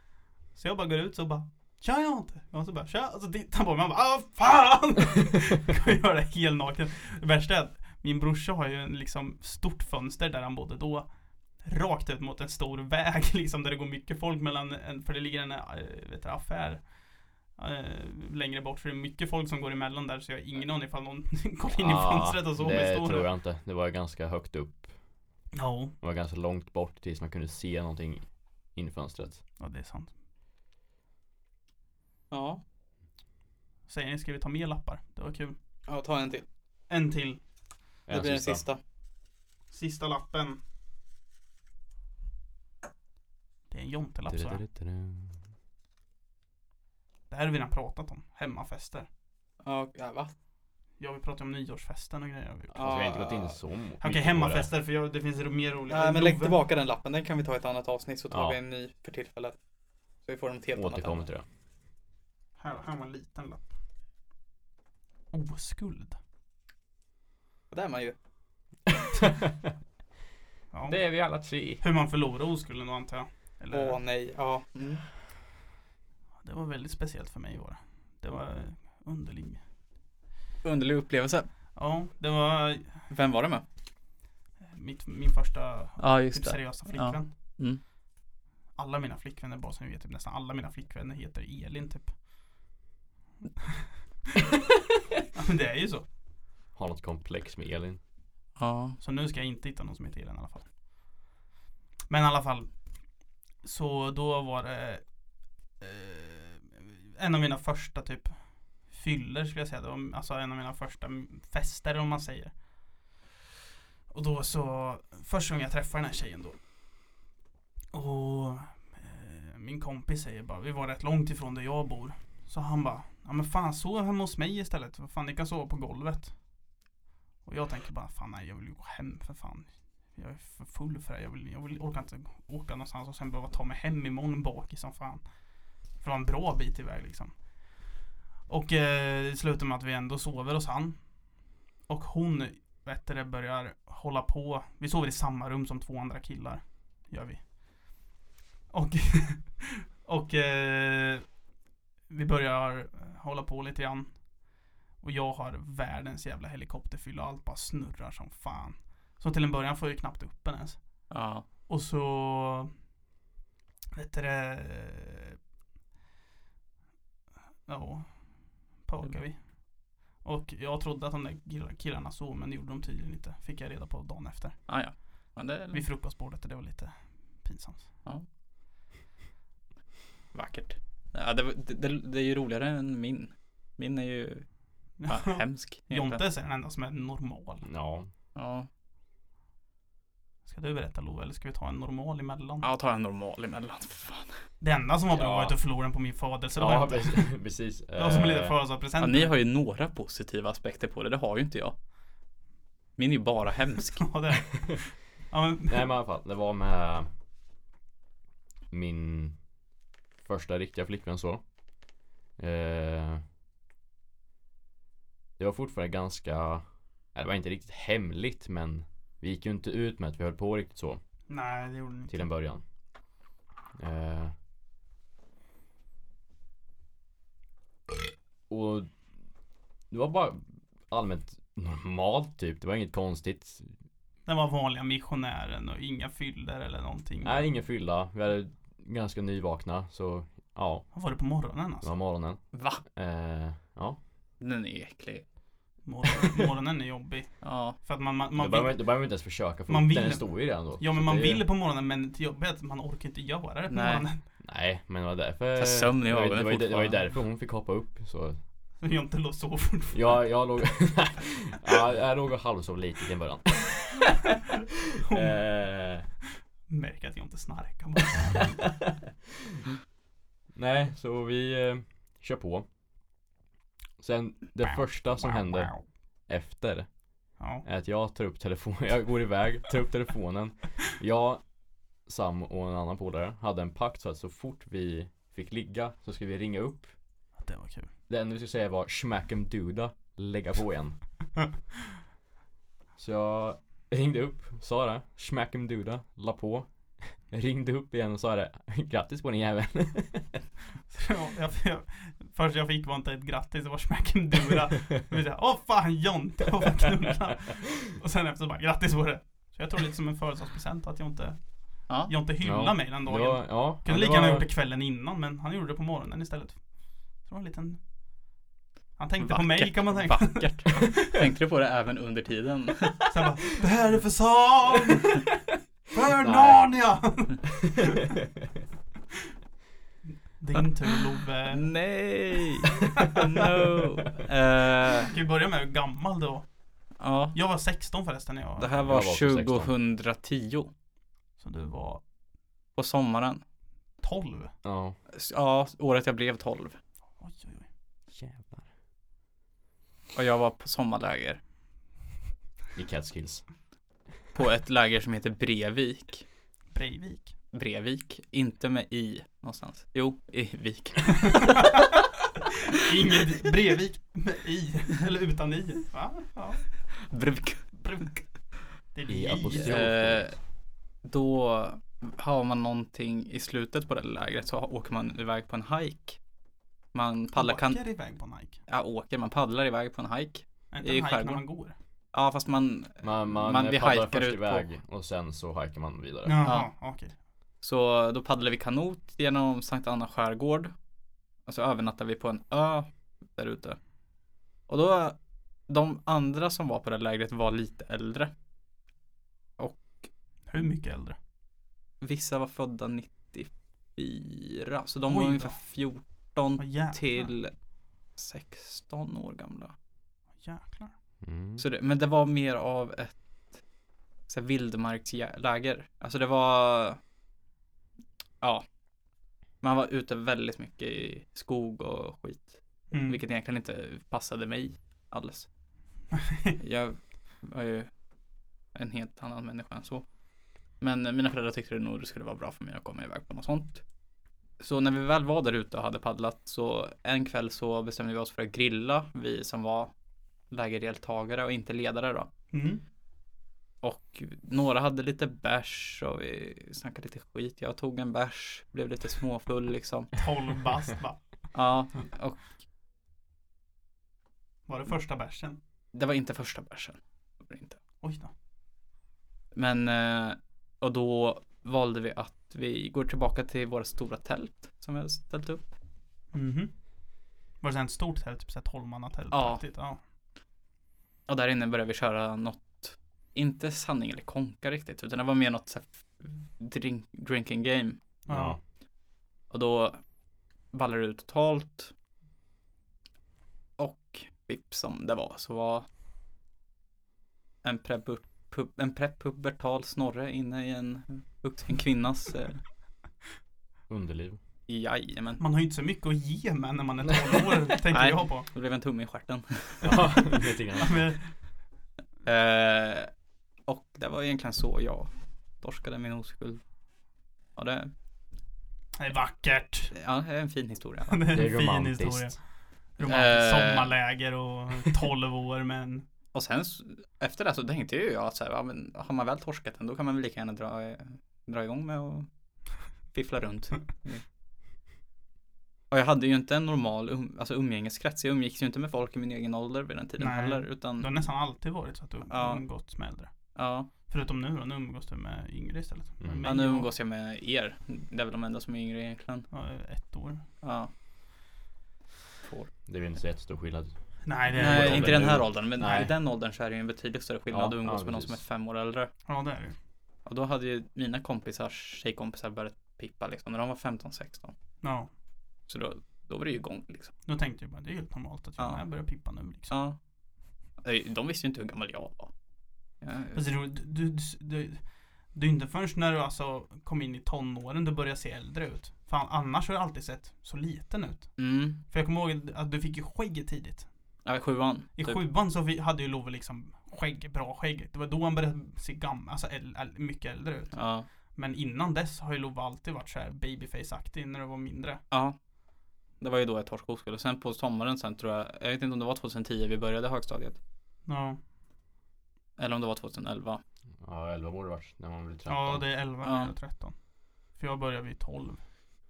Så jag bara går ut så bara Tja Jonte! Och så bara tja! Och så tittar han på mig och bara ah fan! Jag gör det helnaken. Det värsta är att min brorsa har ju en liksom stort fönster där han bodde då rakt ut mot en stor väg liksom där det går mycket folk mellan, en, för det ligger en eh, vet du, affär eh, längre bort så det är mycket folk som går emellan där så jag har ingen aning ifall någon går in i fönstret och så Ah, det med tror stora. jag inte. Det var ganska högt upp. Ja, Det var ganska långt bort tills man kunde se någonting in i fönstret. ja, det är sant. Ja. Säger ni, ska vi ta mer lappar? Det var kul. Ja, ta en till. En till. En Det blir den sista. Sista lappen. Det är en jontelapp så här. Du-du-du-du-du. Det här har vi redan pratat om. Hemmafester. Ja, ja, va? Jag vill prata om nyårsfesten och grejer. Okej, Fast vi har inte gått in så mycket på det. hemmafester för jag, det finns mer roliga. Nej, men lägg Love- tillbaka den lappen. Den kan vi ta i ett annat avsnitt så tar Ja. vi en ny för tillfället. Så vi får något helt annat. Återkommer ämne. till det. Här, här var en liten lapp. Oskuld. Och Där är man ju. Ja. det är vi alla tre. Hur man förlorar oskulden då antar jag. Eller, Åh nej, ja. Mm. Det var väldigt speciellt för mig i år. Det var eh, underlig. Underlig upplevelse. Ja, det var eh, Vem var det med? mitt, min första Ja, typ, seriösa flickvän. Mm. Alla mina flickvänner, bara som ni vet, typ, nästan alla mina flickvänner heter Elin typ. ja, men det är ju så. Har något komplex med Elin. Ja. Så nu ska jag inte hitta någon som heter Elin i alla fall. Men i alla fall. Så då var det eh, en av mina första typ fyller skulle jag säga. Det var, alltså en av mina första m- fester om man säger. Och då så, första gången jag träffade den här tjejen då. Och eh, min kompis säger bara, vi var rätt långt ifrån där jag bor. Så han bara, ja men fan sov hemma hos mig istället. Vad fan ni kan sova på golvet. Och jag tänker bara, fan nej jag vill ju gå hem för fan. Jag är för full för det här. jag vill, jag vill orkar inte åka någonstans och sen behöva ta mig hem imorgon bakis som fan. För det var en bra bit iväg liksom. Och eh, det slutar med att vi ändå sover hos han. Och hon, vet du det, börjar hålla på. Vi sover i samma rum som två andra killar. Gör vi. Och, och eh, vi börjar hålla på lite grann. Och jag har världens jävla helikopterfylla och allt bara snurrar som fan. Så till en början får jag ju knappt upp den ens. Ja. Och så... Vet du det... Ja. Pokar vi. Och jag trodde att de där killar- killarna sov men det gjorde de tydligen inte. Fick jag reda på dagen efter. Ah, ja. Men det är Vid frukostbordet och det var lite pinsamt. vackert. Ja, det, var- det, det, det är ju roligare än min. Min är ju ja, hemsk. egentligen. Jonte är den enda som är normal. Ja. Ja. Ska du berätta Love eller ska vi ta en normal emellan? Ja, ta en normal emellan. För fan. Det enda som var bra Ja. var att du förlorade den på min födelsedag. Ja, Ja, precis. precis. det var som en liten Eh, födelsedagspresent. Ja, ni har ju några positiva aspekter på det. Det har ju inte jag. Min är ju bara hemsk. Ja, det. Ja, men, Nej men i alla fall, det var med min första riktiga flickvän så. Eh, det var fortfarande ganska, nej, det var inte riktigt hemligt men vi gick ju inte ut med att vi höll på riktigt så nej, det gjorde ni till inte. en början. Eh, och det var bara allmänt normalt typ, det var inget konstigt. Den var vanliga missionären och inga fyller eller någonting. Nej, ingen fylla. Vi hade ganska nyvakna så ja, Vad var det på morgonen det alltså? var morgonen. Va? Eh, ja. Den är ju äcklig. Morgon, morgonen är jobbig. Ja, För att man, man, då man behöver vill, man, då behöver man inte ens försöka för Man den vill- stod ju redan då. Ja Så men man det- vill på morgonen men till jobbet att man orkar inte göra det på Nej. morgonen. Nej, men det var därför. Ta sömn i det var ju- ögonen det var, ju- det var ju fortfarande. därför hon fick hoppa upp så. Så jag inte låg så fort. Jag, jag låg... ja, jag låg och halvsov lite till en början. eh, Märker att jag inte snarkar bara. nej, så vi eh, kör på. Sen det första som händer efter Ja. är att jag tar upp telefonen, jag går iväg, tar upp telefonen. Jag, Sam och en annan polare hade en pakt så att så fort vi fick ligga så skulle vi ringa upp. Det var kul. Det enda vi skulle säga var smack'em duda, lägga på igen. Så jag ringde upp, sa det, smack'em duda, la på. Ringde upp igen och sa det, grattis på den jäveln. Ja, jag, jag, först jag fick var inte ett grattis, det var smacken dura. Det vill säga, Åh fan Jonte och vad knulla. Och sen efter bara grattis på det. Så jag tror lite som en födelsedagspresent att jag inte, ja. jag inte hyllade Ja. mig den Det dagen. var- ja, Kunde det lika gärna var- gjort det kvällen innan men han gjorde det på morgonen istället. Så det var en liten... Han tänkte på mig Vackert. kan man tänka. Vackert. Tänkte du på det även under tiden? Så jag bara, det här är för Sam! Nej. För Narnia! Din tur Love. Eh, Nej! No! Eh, Ska vi börja med hur gammal du var? ja, Jag var 16 förresten när jag det här Jag var var också 2010 Så du var på sommaren. 12? ja. Ja, året jag blev 12 Oj, oj, oj. Jävlar. och jag var på sommarläger I Catskills. på ett läger som heter Brevik. Breivik. Brevik, inte med i någonstans. Jo, i Vik. Inget Brevik med i, eller utan i. Va? Ja. Brevik. Bruk. Det är I apostrof. i. Eh, då har man någonting i slutet på det lägret så åker man iväg på en hike. Man paddlar, kan, Åker iväg på en hike. ja, åker, man paddlar iväg på en hike. Är inte I en hike när man skärgården. går? Ja, fast man, Man, man, Man- vi paddlar hajkar först ut på- iväg och sen så hajkar man vidare. Jaha, okej. så då paddlar vi kanot genom Sankt Anna skärgård. Och så övernattar vi på en ö där ute. Och då, de andra som var på det lägret var lite äldre. Hur mycket äldre? Vissa var födda 94, så de Oj var då. ungefär 14 Vad jäklar. till 16 år gamla. Vad Jäklar. Mm. Så det, men det var mer av ett så här, vildmarksläger. Alltså det var, ja, man var ute väldigt mycket i skog och skit, Mm. vilket egentligen inte passade mig alls. Jag var ju en helt annan människa än så. Men eh, mina föräldrar tyckte det nog det skulle vara bra för mig att komma iväg på något sånt. Så när vi väl var där ute och hade paddlat så en kväll så bestämde vi oss för att grilla, vi som var lägerdeltagare och inte ledare då. Mm. Och några hade lite bärs och vi snackade lite skit. Jag tog en bärs, blev lite småfull liksom. 12 bast bara. Ja, och Var det första bärsen? det var inte första bärsen. Det var det inte. Oj då. Men, eh, och då valde vi att vi går tillbaka till våra stora tält som vi hade ställt upp. Mhm. Var det så här ett stort tält? Typ såhär 12-mannatält? Ja. aktigt? ja. Och där inne började vi köra något, inte sanning eller konka riktigt, utan det var mer något så här drink, drinking game. Ja. Och då ballar det ut totalt. Och vips som det var så var en preburt pu- en prepubertal snorre inne i en, en kvinnas eh, Underliv. Jajamän. Man har ju inte så mycket att ge med när man är tonåring, tänker Nej. jag på. Det blev en tumme i stjärten. Ja, lite grann. Men, Eh, och det var egentligen så jag torskade min oskuld. Ja, det, det är vackert. ja, det är en fin historia. Det Det är är en fin historia. romantiskt. Romantiskt Eh. Mm. sommarläger och 12 år med en Och sen s- efter det så tänkte ju jag att så här, ja, men har man väl torskat den då kan man väl lika gärna dra, dra igång med att fiffla runt. Och jag hade ju inte en normal um, alltså umgängeskrets. Jag umgicks ju inte med folk i min egen ålder vid den tiden Nej. heller. Du har Utan, nästan alltid varit så att du Ja. har umgåtts med äldre. ja, Förutom nu då, nu umgås du med yngre istället. Med Mm. mig ja, nu och- umgås jag med er. Det är väl de enda som är yngre egentligen. ja, eh, ett år. Ja. Det är väl inte så jättestor skillnad. Nej, det är Nej, Nej, Eh, åldern inte i den här nu. åldern. Men Nej. i den åldern så är det ju en betydligt större skillnad Ja, att umgås ja, med någon som är precis. fem år äldre. Ja, det är det. Och då hade ju mina kompisars tjejkompisar börjat pippa liksom när de var 15-16. Ja. Så då, då var det ju igång liksom. Då tänkte jag bara, det är helt normalt att jag Ja. med börjar pippa nu liksom. Ja. Eh, De visste ju inte hur gammal jag var. Jag- Fast det är roligt, du, du, du, det är inte förrän när du alltså kom in i tonåren du börjar se äldre ut. Fan, annars har du alltid sett så liten ut. Mm. För jag kommer ihåg att du fick ju skägg tidigt. Ja, i sjuan. I typ. sjuan så vi, hade ju Love liksom skägg, bra skägg. Det var då han började se gammal, alltså äl, äl, mycket äldre ut. Ja. Men innan dess har ju Love alltid varit så här babyface-aktig när du var mindre. ja. Det var ju då jag torskade oskuld. Och sen på sommaren sen tror jag, jag vet inte om det var 2010 vi började högstadiet. Ja, Eller om det var 2011. Ja, 11 borde det varit när man blir 13. ja det är 11 Ja. eller 13. För jag började vid 12.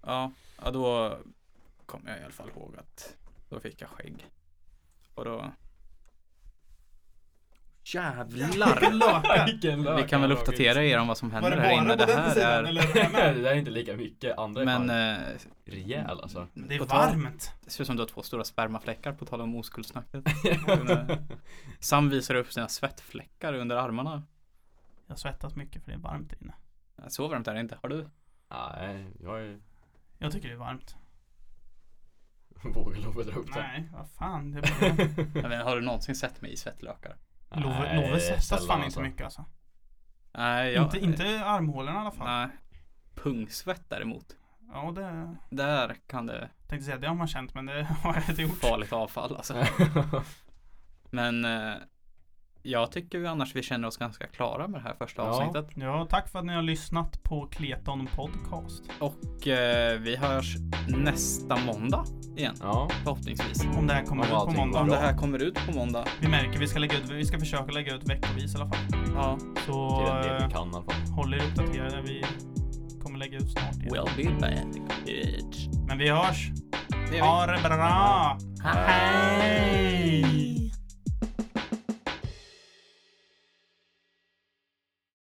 Ja, ja då kommer jag i alla fall ihåg att då fick jag skägg. Och då Jävlar! Vilken Vi kan väl uppdatera er om vad som händer här inne. Det här är det där är inte lika mycket. Andra är Men fan eh, rejäl alltså. Det är på tal- varmt. Det ser ut som du har två stora spermafläckar på tal om oskuldsnacket. Men, eh, Sam visar upp sina svettfläckar under armarna. Jag svettas mycket för det är varmt inne. Så varmt är det inte. Har du? Nej, jag är... Jag tycker det är varmt. vågar lov att dra upp det. Nej, vad fan. Det är bara... Jag menar, har du någonsin sett mig i svettlökar? Love, Nej, Love svettas sällan, fan inte alltså. mycket alltså. Nej, jag... Inte, inte armhålorna i alla fall. Nej. Pungsvett däremot. Ja, det Där kan det tänkte säga, det har man känt men det har jag inte gjort. farligt avfall alltså. Men eh, jag tycker vi annars vi känner oss ganska klara med det här första Ja. avsnittet. Ja, tack för att ni har lyssnat på Kleton Podcast. Och eh, vi hörs nästa måndag igen. Ja, Förhoppningsvis. Om det här kommer Om ut på allting går måndag. Om bra. det här kommer ut på måndag. Vi märker, vi ska, lägga ut, vi ska försöka lägga ut veckovis i alla fall. Ja. Så det är det eh, vi kan i alla fall. håll er uppdaterade, vi kommer lägga ut snart igen. We'll be back bitch. Men vi hörs! Det gör vi. Ha det bra! Hej!